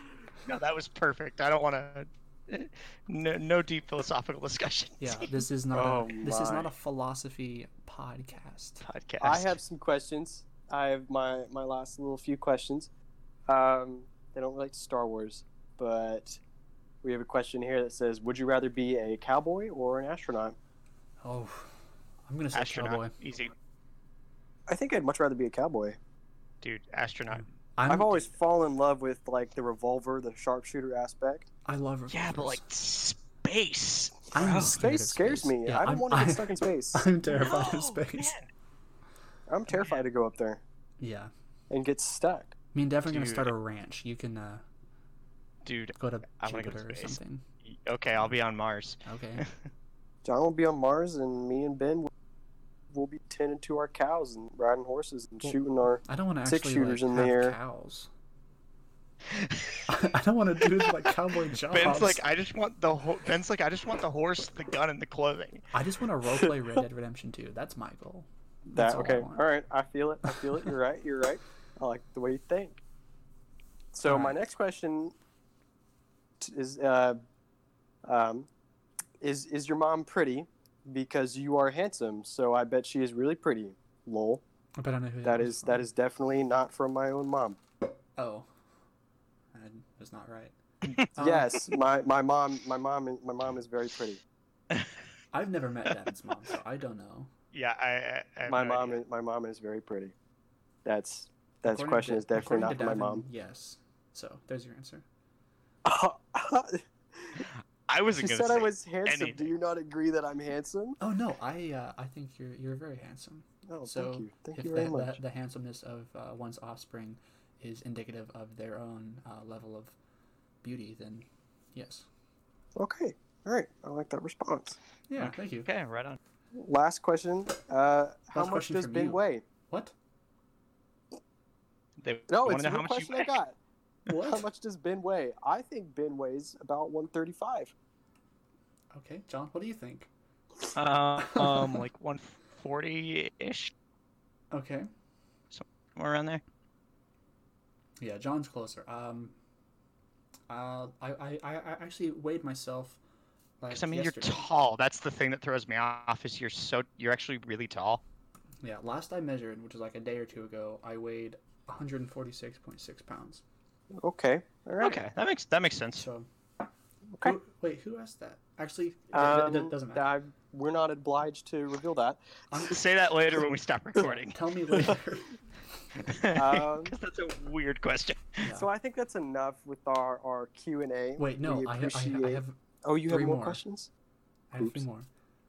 Speaker 3: No, that was perfect. I don't want to. No, no deep philosophical discussion.
Speaker 1: Yeah, this is not.
Speaker 2: Oh
Speaker 1: a, this is not
Speaker 2: my.
Speaker 1: a philosophy podcast.
Speaker 3: Podcast.
Speaker 2: I have some questions. I have my my last little few questions. Um, they don't relate to Star Wars, but we have a question here that says, "Would you rather be a cowboy or an astronaut?"
Speaker 1: Oh, I'm gonna say
Speaker 3: astronaut.
Speaker 1: cowboy.
Speaker 3: Easy,
Speaker 2: I think I'd much rather be a cowboy.
Speaker 3: dude. Astronaut.
Speaker 1: I'm,
Speaker 2: I've always fallen in love with like the revolver, the sharpshooter aspect.
Speaker 1: I love.
Speaker 3: Yeah, but
Speaker 1: revolvers.
Speaker 3: like space.
Speaker 1: I'm
Speaker 3: bro.
Speaker 1: scared
Speaker 2: Space
Speaker 1: of
Speaker 2: scares
Speaker 1: Oh, space.
Speaker 2: me.
Speaker 1: Yeah,
Speaker 2: I don't
Speaker 1: I'm-
Speaker 2: want to
Speaker 1: I-
Speaker 2: get stuck in space.
Speaker 1: I'm terrified
Speaker 3: No,
Speaker 1: of space.
Speaker 3: man.
Speaker 2: I'm terrified to go up there
Speaker 1: Yeah,
Speaker 2: and get stuck.
Speaker 1: Me and Dev are gonna
Speaker 3: Dude.
Speaker 1: start a ranch. You can uh,
Speaker 3: Dude,
Speaker 1: go to
Speaker 3: I wanna go to
Speaker 1: Jupiter or
Speaker 3: space.
Speaker 1: something.
Speaker 3: okay, I'll be on Mars.
Speaker 1: Okay.
Speaker 2: John will be on Mars, and me and Ben will- will be tending to our cows and riding horses and shooting our.
Speaker 1: I don't want to
Speaker 2: Six
Speaker 1: actually
Speaker 2: shooters
Speaker 1: like,
Speaker 2: in the
Speaker 1: have
Speaker 2: air.
Speaker 1: cows. I don't want to do like cowboy jobs.
Speaker 3: Ben's like, I just want the ho- Ben's like, I just want the horse, the gun, and the clothing.
Speaker 1: I just want to roleplay Red Dead Redemption 2. That's my goal. That's
Speaker 2: That
Speaker 1: all I
Speaker 2: okay? All
Speaker 1: want.
Speaker 2: right, I feel it. I feel it. You're right. You're right. I like the way you think. So
Speaker 1: All
Speaker 2: my
Speaker 1: right.
Speaker 2: next question t- is, uh, um, is is your mom pretty? Because you are handsome, so I bet she is really pretty. Lol.
Speaker 1: I bet I know who
Speaker 2: That is that is definitely not from my own mom.
Speaker 1: Oh, that was not right. Oh.
Speaker 2: Yes, my, my mom my mom my mom is very pretty.
Speaker 1: Um, I've never met Devin's mom, so I don't know.
Speaker 3: Yeah, I. I, I have
Speaker 2: My
Speaker 3: no
Speaker 2: mom
Speaker 3: idea.
Speaker 2: is my mom is very pretty. That's that's
Speaker 1: According
Speaker 2: question
Speaker 1: to-
Speaker 2: is definitely
Speaker 1: according to
Speaker 2: not from my
Speaker 1: Devin,
Speaker 2: mom.
Speaker 1: Yes. So there's your answer.
Speaker 3: I wasn't
Speaker 2: she
Speaker 3: gonna
Speaker 2: said
Speaker 3: say.
Speaker 2: I was handsome. Do
Speaker 3: anything.
Speaker 2: you not agree that I'm handsome?
Speaker 1: Oh no, I uh, I think you're you're very handsome.
Speaker 2: Oh,
Speaker 1: So
Speaker 2: thank you. Thank
Speaker 1: if
Speaker 2: you
Speaker 1: the,
Speaker 2: very
Speaker 1: the-
Speaker 2: much.
Speaker 1: The, handsomeness of uh, one's offspring is indicative of their own uh, level of beauty, then yes.
Speaker 2: Okay. All right. I like that response.
Speaker 1: Yeah. Thank you.
Speaker 3: Okay, right on.
Speaker 2: Last question. Uh, how
Speaker 1: Last
Speaker 2: much
Speaker 1: question
Speaker 2: does
Speaker 1: from
Speaker 2: Ben
Speaker 1: you.
Speaker 2: weigh?
Speaker 1: What?
Speaker 3: They
Speaker 2: No,
Speaker 3: wanna
Speaker 2: it's the
Speaker 3: know how
Speaker 2: real
Speaker 3: much
Speaker 2: question
Speaker 3: you
Speaker 2: I got.
Speaker 1: What?
Speaker 2: How much does Ben weigh? I think Ben weighs about 135.
Speaker 1: Okay, John. What do you think?
Speaker 3: Uh, um, like 140 ish,
Speaker 1: Okay.
Speaker 3: somewhere around there.
Speaker 1: Yeah, John's closer. Um, uh, I, I, I I actually weighed myself. Like
Speaker 3: Because I mean,
Speaker 1: yesterday.
Speaker 3: you're tall. That's the thing that throws me off. Is you're so you're actually really tall.
Speaker 1: yeah, last I measured, which was like a day or two ago, I weighed 146.6 pounds.
Speaker 2: Okay. All right.
Speaker 3: Okay, that makes that makes sense.
Speaker 1: So,
Speaker 2: Okay.
Speaker 1: who- wait, who asked that? Actually, it,
Speaker 2: Um,
Speaker 1: doesn't matter. Um,
Speaker 2: I- we're not obliged to reveal that.
Speaker 3: Say that later when we stop recording.
Speaker 1: Tell me later.
Speaker 2: Um,
Speaker 3: 'Cause that's a weird question.
Speaker 1: Yeah.
Speaker 2: So I think that's enough with our, our Q and A.
Speaker 1: wait, no,
Speaker 2: We
Speaker 1: I, ha- I, ha- I
Speaker 2: appreciate-
Speaker 1: have
Speaker 2: Oh, you have
Speaker 1: three
Speaker 2: more,
Speaker 1: more.
Speaker 2: questions?
Speaker 1: I have three
Speaker 2: Oops.
Speaker 1: more.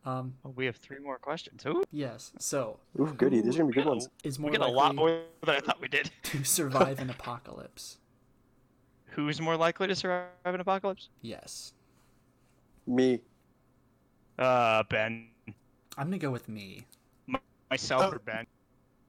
Speaker 1: Um,
Speaker 3: Oh, we have three more questions. Ooh,
Speaker 1: yes. So,
Speaker 2: Ooh, goody. These are gonna be good ones.
Speaker 1: is
Speaker 3: we
Speaker 1: more
Speaker 3: get
Speaker 1: likely
Speaker 3: a lot more than I thought we did.
Speaker 1: to survive an apocalypse?
Speaker 3: Who's more likely to survive an apocalypse?
Speaker 1: Yes,
Speaker 2: Me.
Speaker 3: Uh, Ben,
Speaker 1: I'm gonna go with me.
Speaker 3: myself
Speaker 2: Oh.
Speaker 3: or Ben.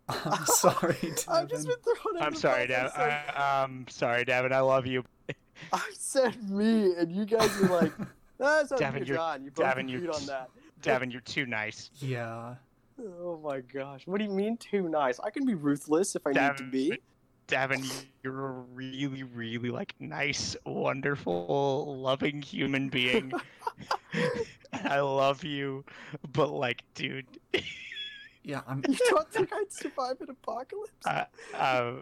Speaker 1: I'm sorry.
Speaker 2: I've just
Speaker 1: Devin.
Speaker 2: been thrown. under
Speaker 3: I'm
Speaker 2: the
Speaker 3: sorry,
Speaker 2: bus. I
Speaker 3: David.
Speaker 2: said-
Speaker 3: I, I'm sorry, David. I love you.
Speaker 2: I said me, and you guys were like, "That's not
Speaker 3: Davin,
Speaker 2: Davin,
Speaker 3: you're-
Speaker 2: John. You both
Speaker 3: Davin, you're
Speaker 2: agreed on that."
Speaker 3: Davin, you're too nice.
Speaker 1: Yeah.
Speaker 2: Oh my gosh, what do you mean too nice? I can be ruthless if I need to
Speaker 3: Davin,
Speaker 2: be.
Speaker 3: Davin, you're a really, really like nice, wonderful, loving human being. and I love you, but like, dude,
Speaker 1: Yeah, I'm
Speaker 2: You don't think I'd survive an apocalypse?
Speaker 3: uh, uh,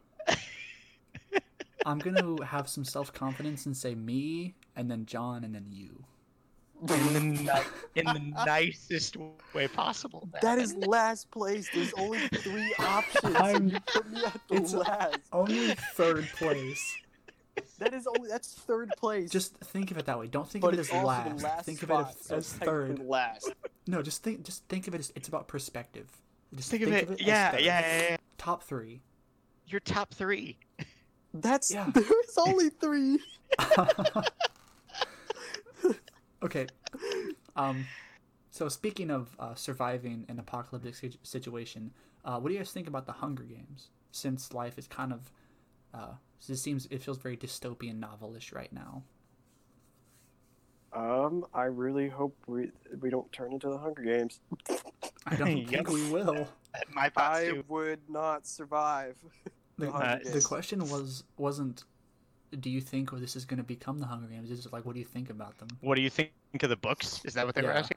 Speaker 1: I'm gonna have some self confidence and say me, and then John, and then you.
Speaker 3: in the ni- in the nicest way possible.
Speaker 2: that
Speaker 3: Davin.
Speaker 2: is last place. There's only three options.
Speaker 1: I'm-
Speaker 2: and you put me at the
Speaker 1: it's-
Speaker 2: last.
Speaker 1: Only third place.
Speaker 2: That is only that's third place.
Speaker 1: Just think of it that way. Don't think
Speaker 2: but
Speaker 1: of it
Speaker 2: it's
Speaker 1: as
Speaker 2: also
Speaker 1: last.
Speaker 2: the last
Speaker 1: Think
Speaker 2: spot,
Speaker 1: of it as,
Speaker 2: so
Speaker 1: as
Speaker 2: it's technically
Speaker 1: third.
Speaker 2: Last.
Speaker 1: No, just think. Just think of it as it's about perspective. Just
Speaker 3: Think of it.
Speaker 1: as
Speaker 3: yeah,
Speaker 1: third.
Speaker 3: yeah, yeah, yeah.
Speaker 1: Top three.
Speaker 3: You're top three.
Speaker 2: That's
Speaker 1: Yeah.
Speaker 2: there's only three.
Speaker 1: okay. Um, so speaking of uh, surviving an apocalyptic si- situation, uh, what do you guys think about the Hunger Games? Since life is kind of, uh, it seems it feels very dystopian novelish right now.
Speaker 2: Um, I really hope we we don't turn into the Hunger Games.
Speaker 1: I don't
Speaker 3: Yep.
Speaker 1: think we will.
Speaker 3: My thoughts
Speaker 2: I
Speaker 3: too.
Speaker 2: would not survive.
Speaker 1: The,
Speaker 3: Uh,
Speaker 1: uh,
Speaker 2: Hunger
Speaker 1: the
Speaker 2: Games.
Speaker 1: question was wasn't, do you think this is going to become the Hunger Games? It's just like, what do you think about them?
Speaker 3: What do you think of the books? Is that what they were
Speaker 1: Yeah.
Speaker 3: asking?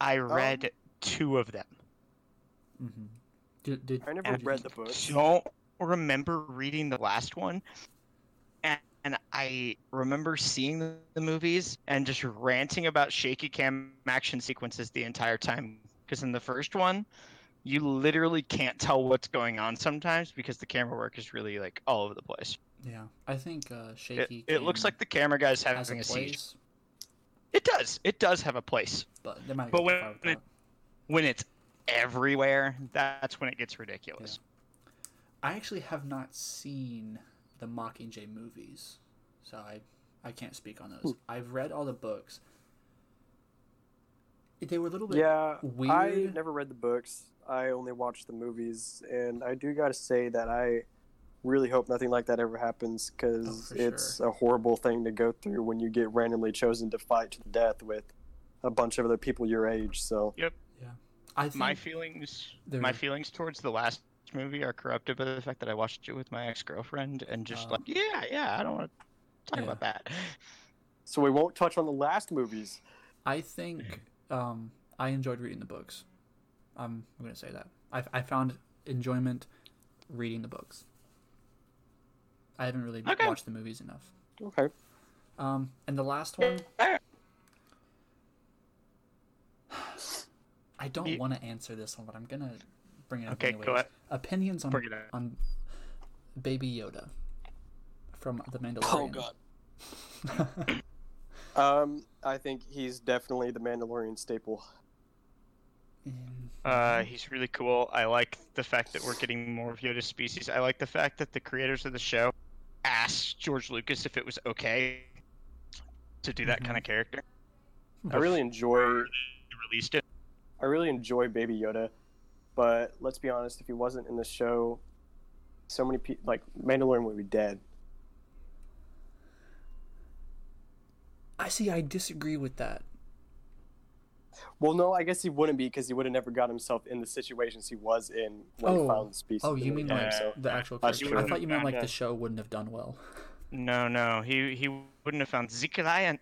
Speaker 3: I read two of them.
Speaker 1: Mm-hmm. Did, did,
Speaker 2: I never
Speaker 1: did you
Speaker 2: read the
Speaker 1: think-
Speaker 2: book.
Speaker 3: Don't remember reading the last one, and, and I remember seeing the, the movies and just ranting about shaky cam action sequences the entire time. Because in the first one, you literally can't tell what's going on sometimes because the camera work is really like all over the place.
Speaker 1: Yeah, I think uh, Shaky.
Speaker 3: It, it looks
Speaker 1: Cam
Speaker 3: like the camera guy's
Speaker 1: has a
Speaker 3: having a, siege.
Speaker 1: place,
Speaker 3: It does. It does have a place.
Speaker 1: but they might
Speaker 3: But
Speaker 1: go too
Speaker 3: when
Speaker 1: far with
Speaker 3: it-
Speaker 1: that.
Speaker 3: When it's everywhere, that's when it gets ridiculous.
Speaker 1: I actually have not seen the Mockingjay movies, so I I can't speak on
Speaker 2: Hmm.
Speaker 1: those. I've read all the books. They were a little bit
Speaker 2: Yeah,
Speaker 1: weird.
Speaker 2: I never read the books. I only watched the movies, and I do gotta say that I really hope nothing like that ever happens because
Speaker 1: Oh, for
Speaker 2: it's a horrible thing to go through when you get randomly chosen to fight to the death with a bunch of other people your age. So
Speaker 1: I think
Speaker 3: My feelings,
Speaker 1: They're-
Speaker 3: my feelings towards the last movie are corrupted by the fact that I watched it with my ex girlfriend and just
Speaker 1: Oh.
Speaker 3: like, yeah, yeah, I don't want to talk
Speaker 1: Yeah.
Speaker 3: about that.
Speaker 2: so we won't touch on the last movies.
Speaker 1: I think um, I enjoyed reading the books. Um, I'm going to say that. I, I found enjoyment reading the books. I haven't really
Speaker 3: Okay.
Speaker 1: watched the movies enough.
Speaker 2: Okay.
Speaker 1: Um, and the last one, I don't
Speaker 3: You-
Speaker 1: want to answer this one, but I'm going to bring it up
Speaker 3: Okay,
Speaker 1: anyways.
Speaker 3: go ahead.
Speaker 1: Opinions on,
Speaker 3: Bring it up.
Speaker 1: on Baby Yoda from The Mandalorian.
Speaker 2: um, I think he's definitely the Mandalorian staple.
Speaker 1: Um,
Speaker 3: Uh, he's really cool. I like the fact that we're getting more of Yoda's species. I like the fact that the creators of the show asked George Lucas if it was okay to do that
Speaker 1: Mhm.
Speaker 3: kind of character.
Speaker 2: I really enjoy
Speaker 3: They released it.
Speaker 2: I really enjoy Baby Yoda, but let's be honest, if he wasn't in the show, so many people like Mandalorian would be dead.
Speaker 1: I see, I disagree with that.
Speaker 2: Well, no, I guess he wouldn't be because he would have never got himself in the situations he was in when
Speaker 1: Oh.
Speaker 2: he found the species.
Speaker 1: Oh, you mean
Speaker 2: Yeah,
Speaker 1: like
Speaker 2: so-
Speaker 1: the actual
Speaker 2: That's
Speaker 1: character? I
Speaker 2: true.
Speaker 1: thought you meant like
Speaker 3: Yeah.
Speaker 1: the show wouldn't have done well.
Speaker 3: No, no, he he wouldn't have found Zeke Lion,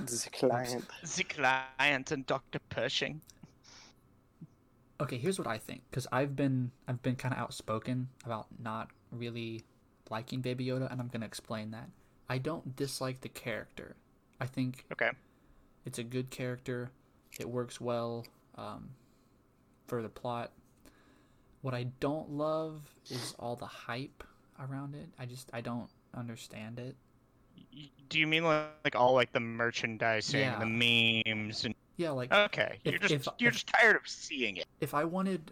Speaker 2: this client?
Speaker 3: Zeke Lion, and Doctor Pershing.
Speaker 1: okay here's what i think because i've been i've been kind of outspoken about not really liking baby yoda and i'm going to explain that i don't dislike the character i think
Speaker 3: Okay.
Speaker 1: it's a good character it works well um, for the plot what i don't love is all the hype around it i just i don't understand it
Speaker 3: Y- Do you mean like, like all like the merchandising, and the memes, and
Speaker 1: yeah like
Speaker 3: okay? You're
Speaker 1: If-
Speaker 3: just
Speaker 1: if-
Speaker 3: you're
Speaker 1: if-
Speaker 3: just tired of seeing it.
Speaker 1: if i wanted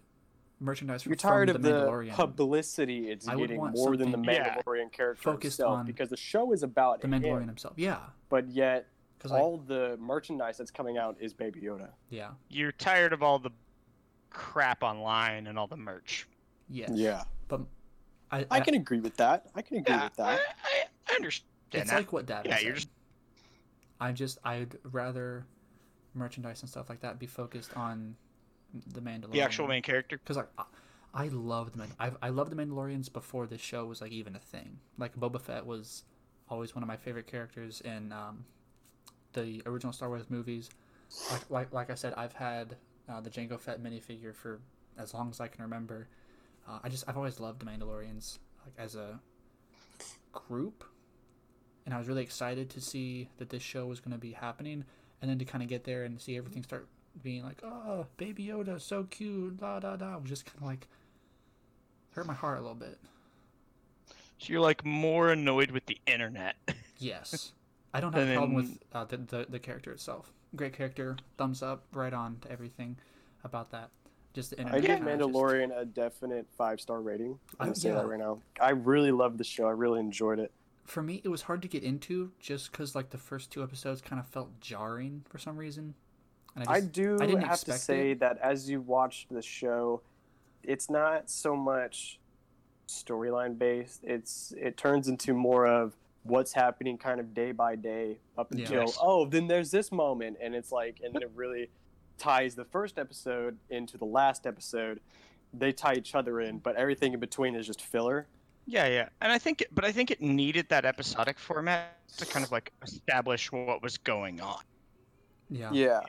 Speaker 1: merchandise
Speaker 2: You're
Speaker 1: from
Speaker 2: tired
Speaker 1: the
Speaker 2: of the
Speaker 1: mandalorian
Speaker 2: publicity it's
Speaker 1: I would
Speaker 2: getting
Speaker 1: want
Speaker 2: more than the
Speaker 1: something
Speaker 3: Yeah.
Speaker 2: Mandalorian character
Speaker 1: focused
Speaker 2: himself
Speaker 1: on
Speaker 2: because the show is about
Speaker 1: the
Speaker 2: him,
Speaker 1: mandalorian himself yeah
Speaker 2: but yet
Speaker 1: because like
Speaker 2: all the merchandise that's coming out is Baby Yoda.
Speaker 1: yeah
Speaker 3: You're tired of all the crap online and all the merch.
Speaker 1: yes.
Speaker 2: Yeah,
Speaker 1: but i,
Speaker 2: I can agree with that. I can agree
Speaker 3: Yeah,
Speaker 2: with that.
Speaker 3: I, I understand
Speaker 1: It's
Speaker 3: that.
Speaker 1: like what Dad.
Speaker 3: yeah,
Speaker 1: said.
Speaker 3: you're just-
Speaker 1: I just I'd rather merchandise and stuff like that be focused on the Mandalorian.
Speaker 3: the actual main character.
Speaker 1: Because like, I I love the Man- I I loved the Mandalorians before this show was like even a thing. Like Boba Fett was always one of my favorite characters in um, the original Star Wars movies. Like like like I said, I've had uh, the Jango Fett minifigure for as long as I can remember. Uh, I just I've always loved the Mandalorians like as a group, and I was really excited to see that this show was going to be happening, and then to kind of get there and see everything start being like, oh, Baby Yoda, so cute, da da da, was just kind of like hurt my heart a little bit.
Speaker 3: So you're like more annoyed with the internet.
Speaker 1: Yes, I don't have
Speaker 3: And
Speaker 1: a problem
Speaker 3: then-
Speaker 1: with uh, the, the the character itself. Great character, thumbs up, right on to everything about that. Just the
Speaker 2: I
Speaker 1: internet.
Speaker 2: give
Speaker 1: kinda just-
Speaker 2: Mandalorian a definite five star rating. I'm
Speaker 1: Oh,
Speaker 2: gonna say
Speaker 1: yeah.
Speaker 2: that right now. I really loved the show. I really enjoyed it.
Speaker 1: for me, it was hard to get into just because like the first two episodes kind of felt jarring for some reason. And
Speaker 2: I
Speaker 1: just-
Speaker 2: do
Speaker 1: I didn't
Speaker 2: have to
Speaker 1: expect
Speaker 2: say
Speaker 1: it.
Speaker 2: that as you watched the show, it's not so much storyline based. It's it turns into more of what's happening kind of day by day up
Speaker 1: Yeah.
Speaker 2: until
Speaker 3: Yes.
Speaker 2: oh then there's this moment and it's like and then it really ties the first episode into the last episode. They tie each other in, but everything in between is just filler.
Speaker 3: Yeah, yeah, and I think, it, but I think it needed that episodic format to kind of like establish what was going on.
Speaker 1: yeah.
Speaker 2: Yeah.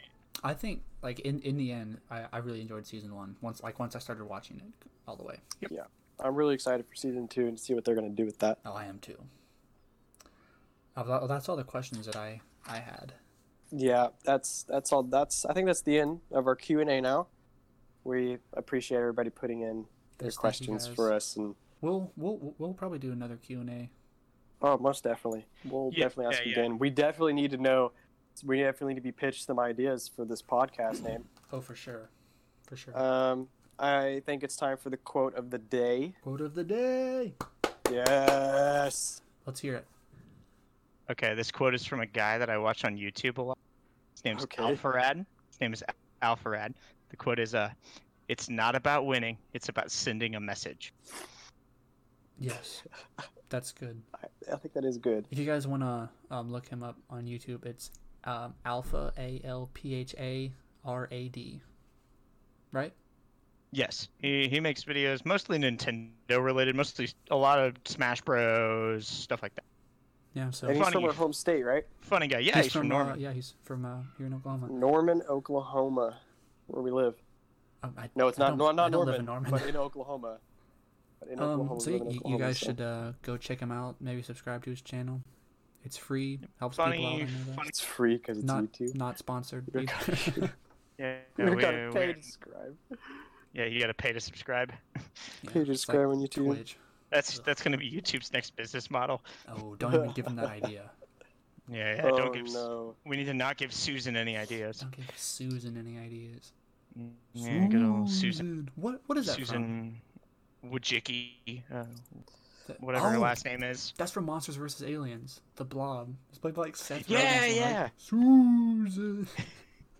Speaker 1: I think like in in the end, I, I really enjoyed season one. Once like once I started watching it all the way.
Speaker 2: I'm really excited for season two and see what they're going to do with that.
Speaker 1: Oh, I am too. Oh, tha- that's all the questions that I I had.
Speaker 2: Yeah, that's that's all. That's I think that's the end of our Q and A now. We appreciate everybody putting in
Speaker 1: Yes,
Speaker 2: their
Speaker 1: thank you,
Speaker 2: questions
Speaker 1: guys.
Speaker 2: for uh, us, and
Speaker 1: We'll we'll we'll probably do another Q and A.
Speaker 2: oh, most definitely, we'll
Speaker 3: Yeah,
Speaker 2: definitely ask
Speaker 3: yeah,
Speaker 2: you
Speaker 3: yeah.
Speaker 2: again. We definitely need to know. We definitely need to be pitched some ideas for this podcast name.
Speaker 1: Oh, for sure, for sure.
Speaker 2: Um, I think it's time for the quote of the day.
Speaker 5: Quote of the day.
Speaker 2: Yes.
Speaker 5: Let's hear it.
Speaker 3: Okay, this quote is from a guy that I watch on YouTube a lot. His name's
Speaker 2: Okay.
Speaker 3: Alfarad. His name is Al- Alfarad. The quote is uh it's not about winning, it's about sending a message.
Speaker 1: Yes, that's good.
Speaker 2: I think that is good.
Speaker 1: If you guys want to um, look him up on YouTube, it's um, Alpha A L P H A R A D. Right?
Speaker 3: Yes. He he makes videos mostly Nintendo related, mostly a lot of Smash Bros, stuff like that.
Speaker 1: Yeah. So
Speaker 2: And he's
Speaker 3: Funny.
Speaker 2: from our home state, right?
Speaker 3: Funny guy. Yeah, he's, from, Norman.
Speaker 1: Uh, yeah, he's from uh, here in Oklahoma.
Speaker 2: Norman, Oklahoma, where we live.
Speaker 1: Um, I,
Speaker 2: No, it's
Speaker 1: I don't-
Speaker 2: not. No,
Speaker 1: I
Speaker 2: not
Speaker 1: don't live
Speaker 2: Norman,
Speaker 1: in Norman.
Speaker 2: but in Oklahoma. But in
Speaker 1: um,
Speaker 2: Oklahoma,
Speaker 1: so
Speaker 2: we
Speaker 1: you,
Speaker 2: live in
Speaker 1: you- you
Speaker 2: Oklahoma,
Speaker 1: guys
Speaker 2: so-
Speaker 1: should uh, go check him out. Maybe subscribe to his channel. It's free. Helps people out. I
Speaker 3: Funny,
Speaker 1: know that.
Speaker 3: funny.
Speaker 2: It's free because it's
Speaker 1: Not
Speaker 2: YouTube.
Speaker 1: not sponsored.
Speaker 2: You're
Speaker 1: either.
Speaker 3: Yeah,
Speaker 2: you
Speaker 3: we- uh,
Speaker 2: gotta pay
Speaker 3: we-
Speaker 2: to subscribe.
Speaker 3: yeah, you gotta pay to subscribe.
Speaker 1: Yeah,
Speaker 2: Pay to
Speaker 1: it's like
Speaker 2: subscribe on YouTube.
Speaker 1: Twitch.
Speaker 3: That's that's gonna be YouTube's next business model.
Speaker 1: Oh, don't even give him that idea.
Speaker 3: Yeah, yeah.
Speaker 2: oh
Speaker 3: don't give. s-
Speaker 2: no!
Speaker 3: We need to not give Susan any ideas.
Speaker 1: Don't give Susan any ideas.
Speaker 3: Yeah, good old Susan.
Speaker 1: What what is that from?
Speaker 3: Susan Wojcicki, uh,
Speaker 1: That-
Speaker 3: whatever her
Speaker 1: Oh,
Speaker 3: last name is.
Speaker 1: That's from Monsters vs. Aliens. The Blob. It's played by like Seth.
Speaker 3: Yeah,
Speaker 1: Rogen,
Speaker 3: yeah,
Speaker 1: right? Susan.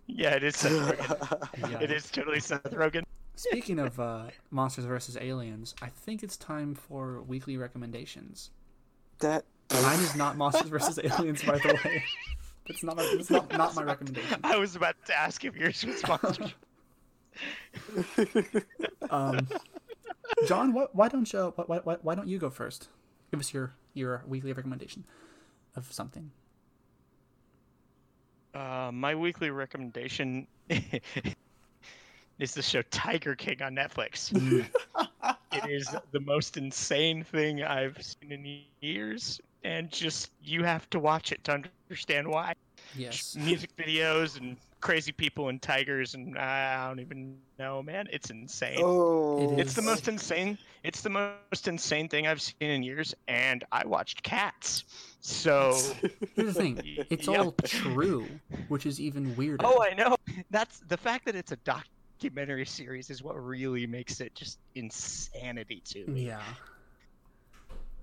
Speaker 3: yeah. It is. Seth Rogen.
Speaker 1: Yeah.
Speaker 3: It is totally Seth Rogen.
Speaker 1: Speaking of uh, Monsters vs. Aliens, I think it's time for weekly recommendations.
Speaker 2: that
Speaker 1: Mine is not Monsters vs. Aliens, by the way. It's not my, it's not, not my recommendation.
Speaker 3: I was about to ask if yours was sponsored.
Speaker 1: Um, John, why, why don't you why, why, why don't you go first? Give us your your weekly recommendation of something.
Speaker 3: uh, my weekly recommendation is the show Tiger King on Netflix. it is the most insane thing I've seen in years, and just you have to watch it to understand why.
Speaker 1: Yes.
Speaker 3: music videos and crazy people and tigers and I don't even know, man. It's insane.
Speaker 2: oh,
Speaker 1: It
Speaker 3: It's the
Speaker 1: is.
Speaker 3: most insane. It's the most insane thing I've seen in years, and I watched Cats. So,
Speaker 1: Here's the thing. It's
Speaker 3: Yep.
Speaker 1: all true, which is even weirder.
Speaker 3: oh, I know. That's the fact that it's a documentary series is what really makes it just insanity to me.
Speaker 1: yeah.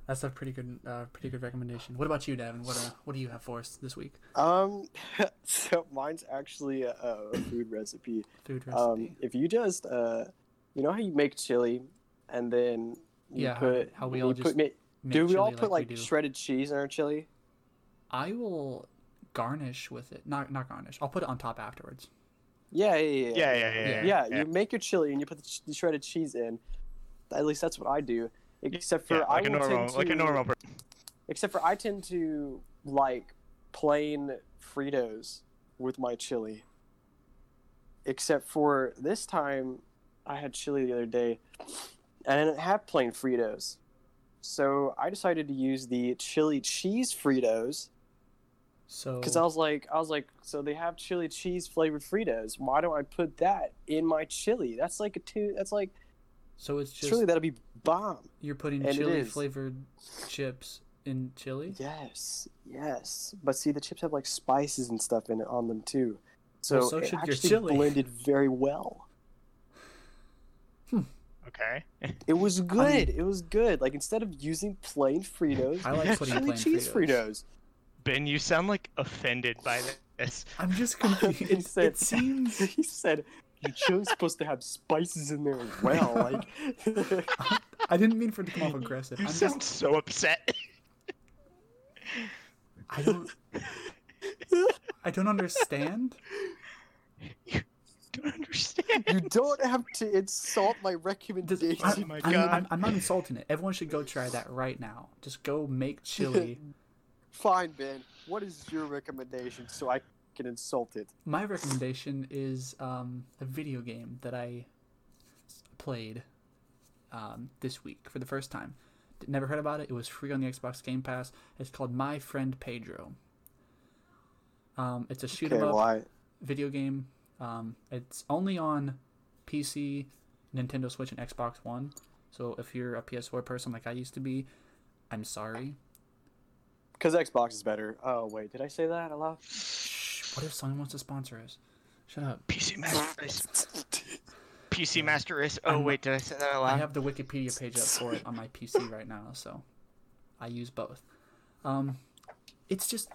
Speaker 1: That's a pretty good, uh, pretty good recommendation. What about you, Devin? What uh, what do you have for us this week?
Speaker 2: Um, so mine's actually a, a food recipe.
Speaker 1: Food recipe.
Speaker 2: Um, if you just uh, you know how you make chili, and then you
Speaker 1: Yeah, how-
Speaker 2: put
Speaker 1: how we
Speaker 2: you
Speaker 1: all
Speaker 2: put
Speaker 1: just
Speaker 2: ma-
Speaker 1: Make
Speaker 2: do we
Speaker 1: chili
Speaker 2: all put
Speaker 1: we
Speaker 2: like
Speaker 1: do.
Speaker 2: shredded cheese in our chili?
Speaker 1: I will garnish with it. Not not garnish. I'll put it on top afterwards.
Speaker 2: Yeah, yeah, yeah,
Speaker 3: Yeah, yeah, yeah.
Speaker 2: yeah.
Speaker 3: yeah, yeah.
Speaker 2: You make your chili and you put the, ch- the shredded cheese in. At least that's what I do. Except for
Speaker 3: Yeah, like
Speaker 2: I
Speaker 3: a
Speaker 2: will
Speaker 3: normal,
Speaker 2: tend to,
Speaker 3: like a normal person.
Speaker 2: Except for I tend to like plain Fritos with my chili. Except for this time, I had chili the other day, and I didn't have plain Fritos, so I decided to use the chili cheese Fritos
Speaker 1: So
Speaker 2: because I was like, I was like, so they have chili cheese flavored Fritos. Why don't I put that in my chili? That's like a two. That's like
Speaker 1: so it's just
Speaker 2: surely that'll be bomb.
Speaker 1: you're putting
Speaker 2: and it
Speaker 1: chili
Speaker 2: is.
Speaker 1: flavored chips in chili.
Speaker 2: Yes, yes. But see, the chips have like spices and stuff in it on them too, so,
Speaker 1: Well, so
Speaker 2: it
Speaker 1: should your
Speaker 2: actually
Speaker 1: chili.
Speaker 2: blended very well.
Speaker 3: Okay.
Speaker 2: It was good. it was good. Like instead of using plain Fritos,
Speaker 1: I like
Speaker 2: use
Speaker 1: putting
Speaker 2: chili
Speaker 1: plain
Speaker 2: cheese Fritos.
Speaker 3: Ben, you sound like offended by this.
Speaker 1: I'm just
Speaker 2: he
Speaker 1: confused. it,
Speaker 2: said,
Speaker 1: it seems
Speaker 2: he said your chili's supposed to have spices in there as well. Like
Speaker 1: I didn't mean for it to come off aggressive.
Speaker 3: You
Speaker 1: I'm
Speaker 3: sound
Speaker 1: just,
Speaker 3: so upset.
Speaker 1: I don't. I don't understand.
Speaker 3: don't understand.
Speaker 2: you don't have to insult my
Speaker 1: Does-
Speaker 2: recommendation.
Speaker 1: I,
Speaker 3: Oh my
Speaker 1: I'm,
Speaker 3: God.
Speaker 1: I'm, I'm not insulting it. Everyone should go try that right now. Just go make chili.
Speaker 2: Fine, Ben. What is your recommendation so I can insult it?
Speaker 1: My recommendation is um, a video game that I s- played um, this week for the first time. D- Never heard about it. It was free on the Xbox Game Pass. It's called My Friend Pedro. Um, it's a shoot 'em
Speaker 2: Okay,
Speaker 1: up
Speaker 2: well, I,
Speaker 1: video game. Um, it's only on PC, Nintendo Switch, and Xbox One. So if you're a PS4 person like I used to be, I'm sorry.
Speaker 2: Because Xbox is better. Oh wait, did I say that aloud?
Speaker 1: Shh, what if someone wants to sponsor us? Shut up.
Speaker 3: PC Master Race. PC Master Race. Oh
Speaker 1: I'm-
Speaker 3: wait, did I say that out
Speaker 1: I
Speaker 3: loud?
Speaker 1: have the Wikipedia page up for it on my PC right now, so I use both. Um, it's just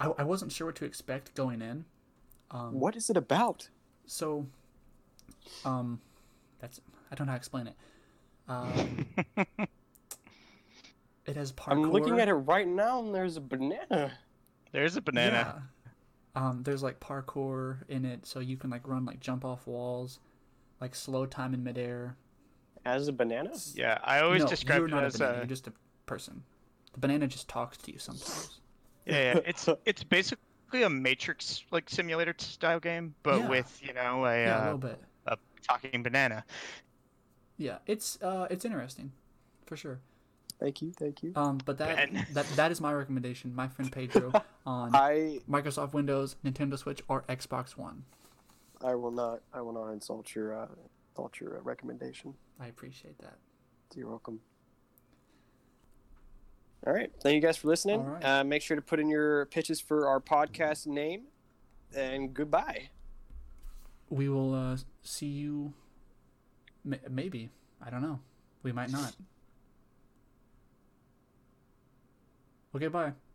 Speaker 1: I, I wasn't sure what to expect going in, Um,
Speaker 2: What is it about?
Speaker 1: so um, that's I don't know how to explain it. Um, it has parkour.
Speaker 2: I'm looking at it right now, and there's a banana.
Speaker 3: There's a banana.
Speaker 1: Yeah. Um, there's like parkour in it, so you can like run like jump off walls, like slow time in midair.
Speaker 2: As a banana?
Speaker 3: Yeah, I always
Speaker 1: no,
Speaker 3: describe
Speaker 1: you're
Speaker 3: it
Speaker 1: not
Speaker 3: as
Speaker 1: a banana.
Speaker 3: uh,
Speaker 1: You're just a person. The banana just talks to you sometimes.
Speaker 3: yeah, yeah, it's it's basically a Matrix like simulator style game, but
Speaker 1: Yeah.
Speaker 3: with you know a,
Speaker 1: yeah, a
Speaker 3: uh,
Speaker 1: little bit.
Speaker 3: a talking banana.
Speaker 1: Yeah, it's uh, it's interesting, for sure.
Speaker 2: Thank you, thank you.
Speaker 1: Um, but that
Speaker 3: Ben.
Speaker 1: that that is my recommendation. My friend Pedro on
Speaker 2: I
Speaker 1: Microsoft Windows, Nintendo Switch, or Xbox One.
Speaker 2: I will not I will not insult your uh, insult your uh, recommendation.
Speaker 1: I appreciate that.
Speaker 2: You're welcome. All right. Thank you guys for listening.
Speaker 1: All right.
Speaker 2: Uh, make sure to put in your pitches for our podcast name. And goodbye.
Speaker 1: We will uh, see you. ma maybe I don't know. We might not. Okay, bye.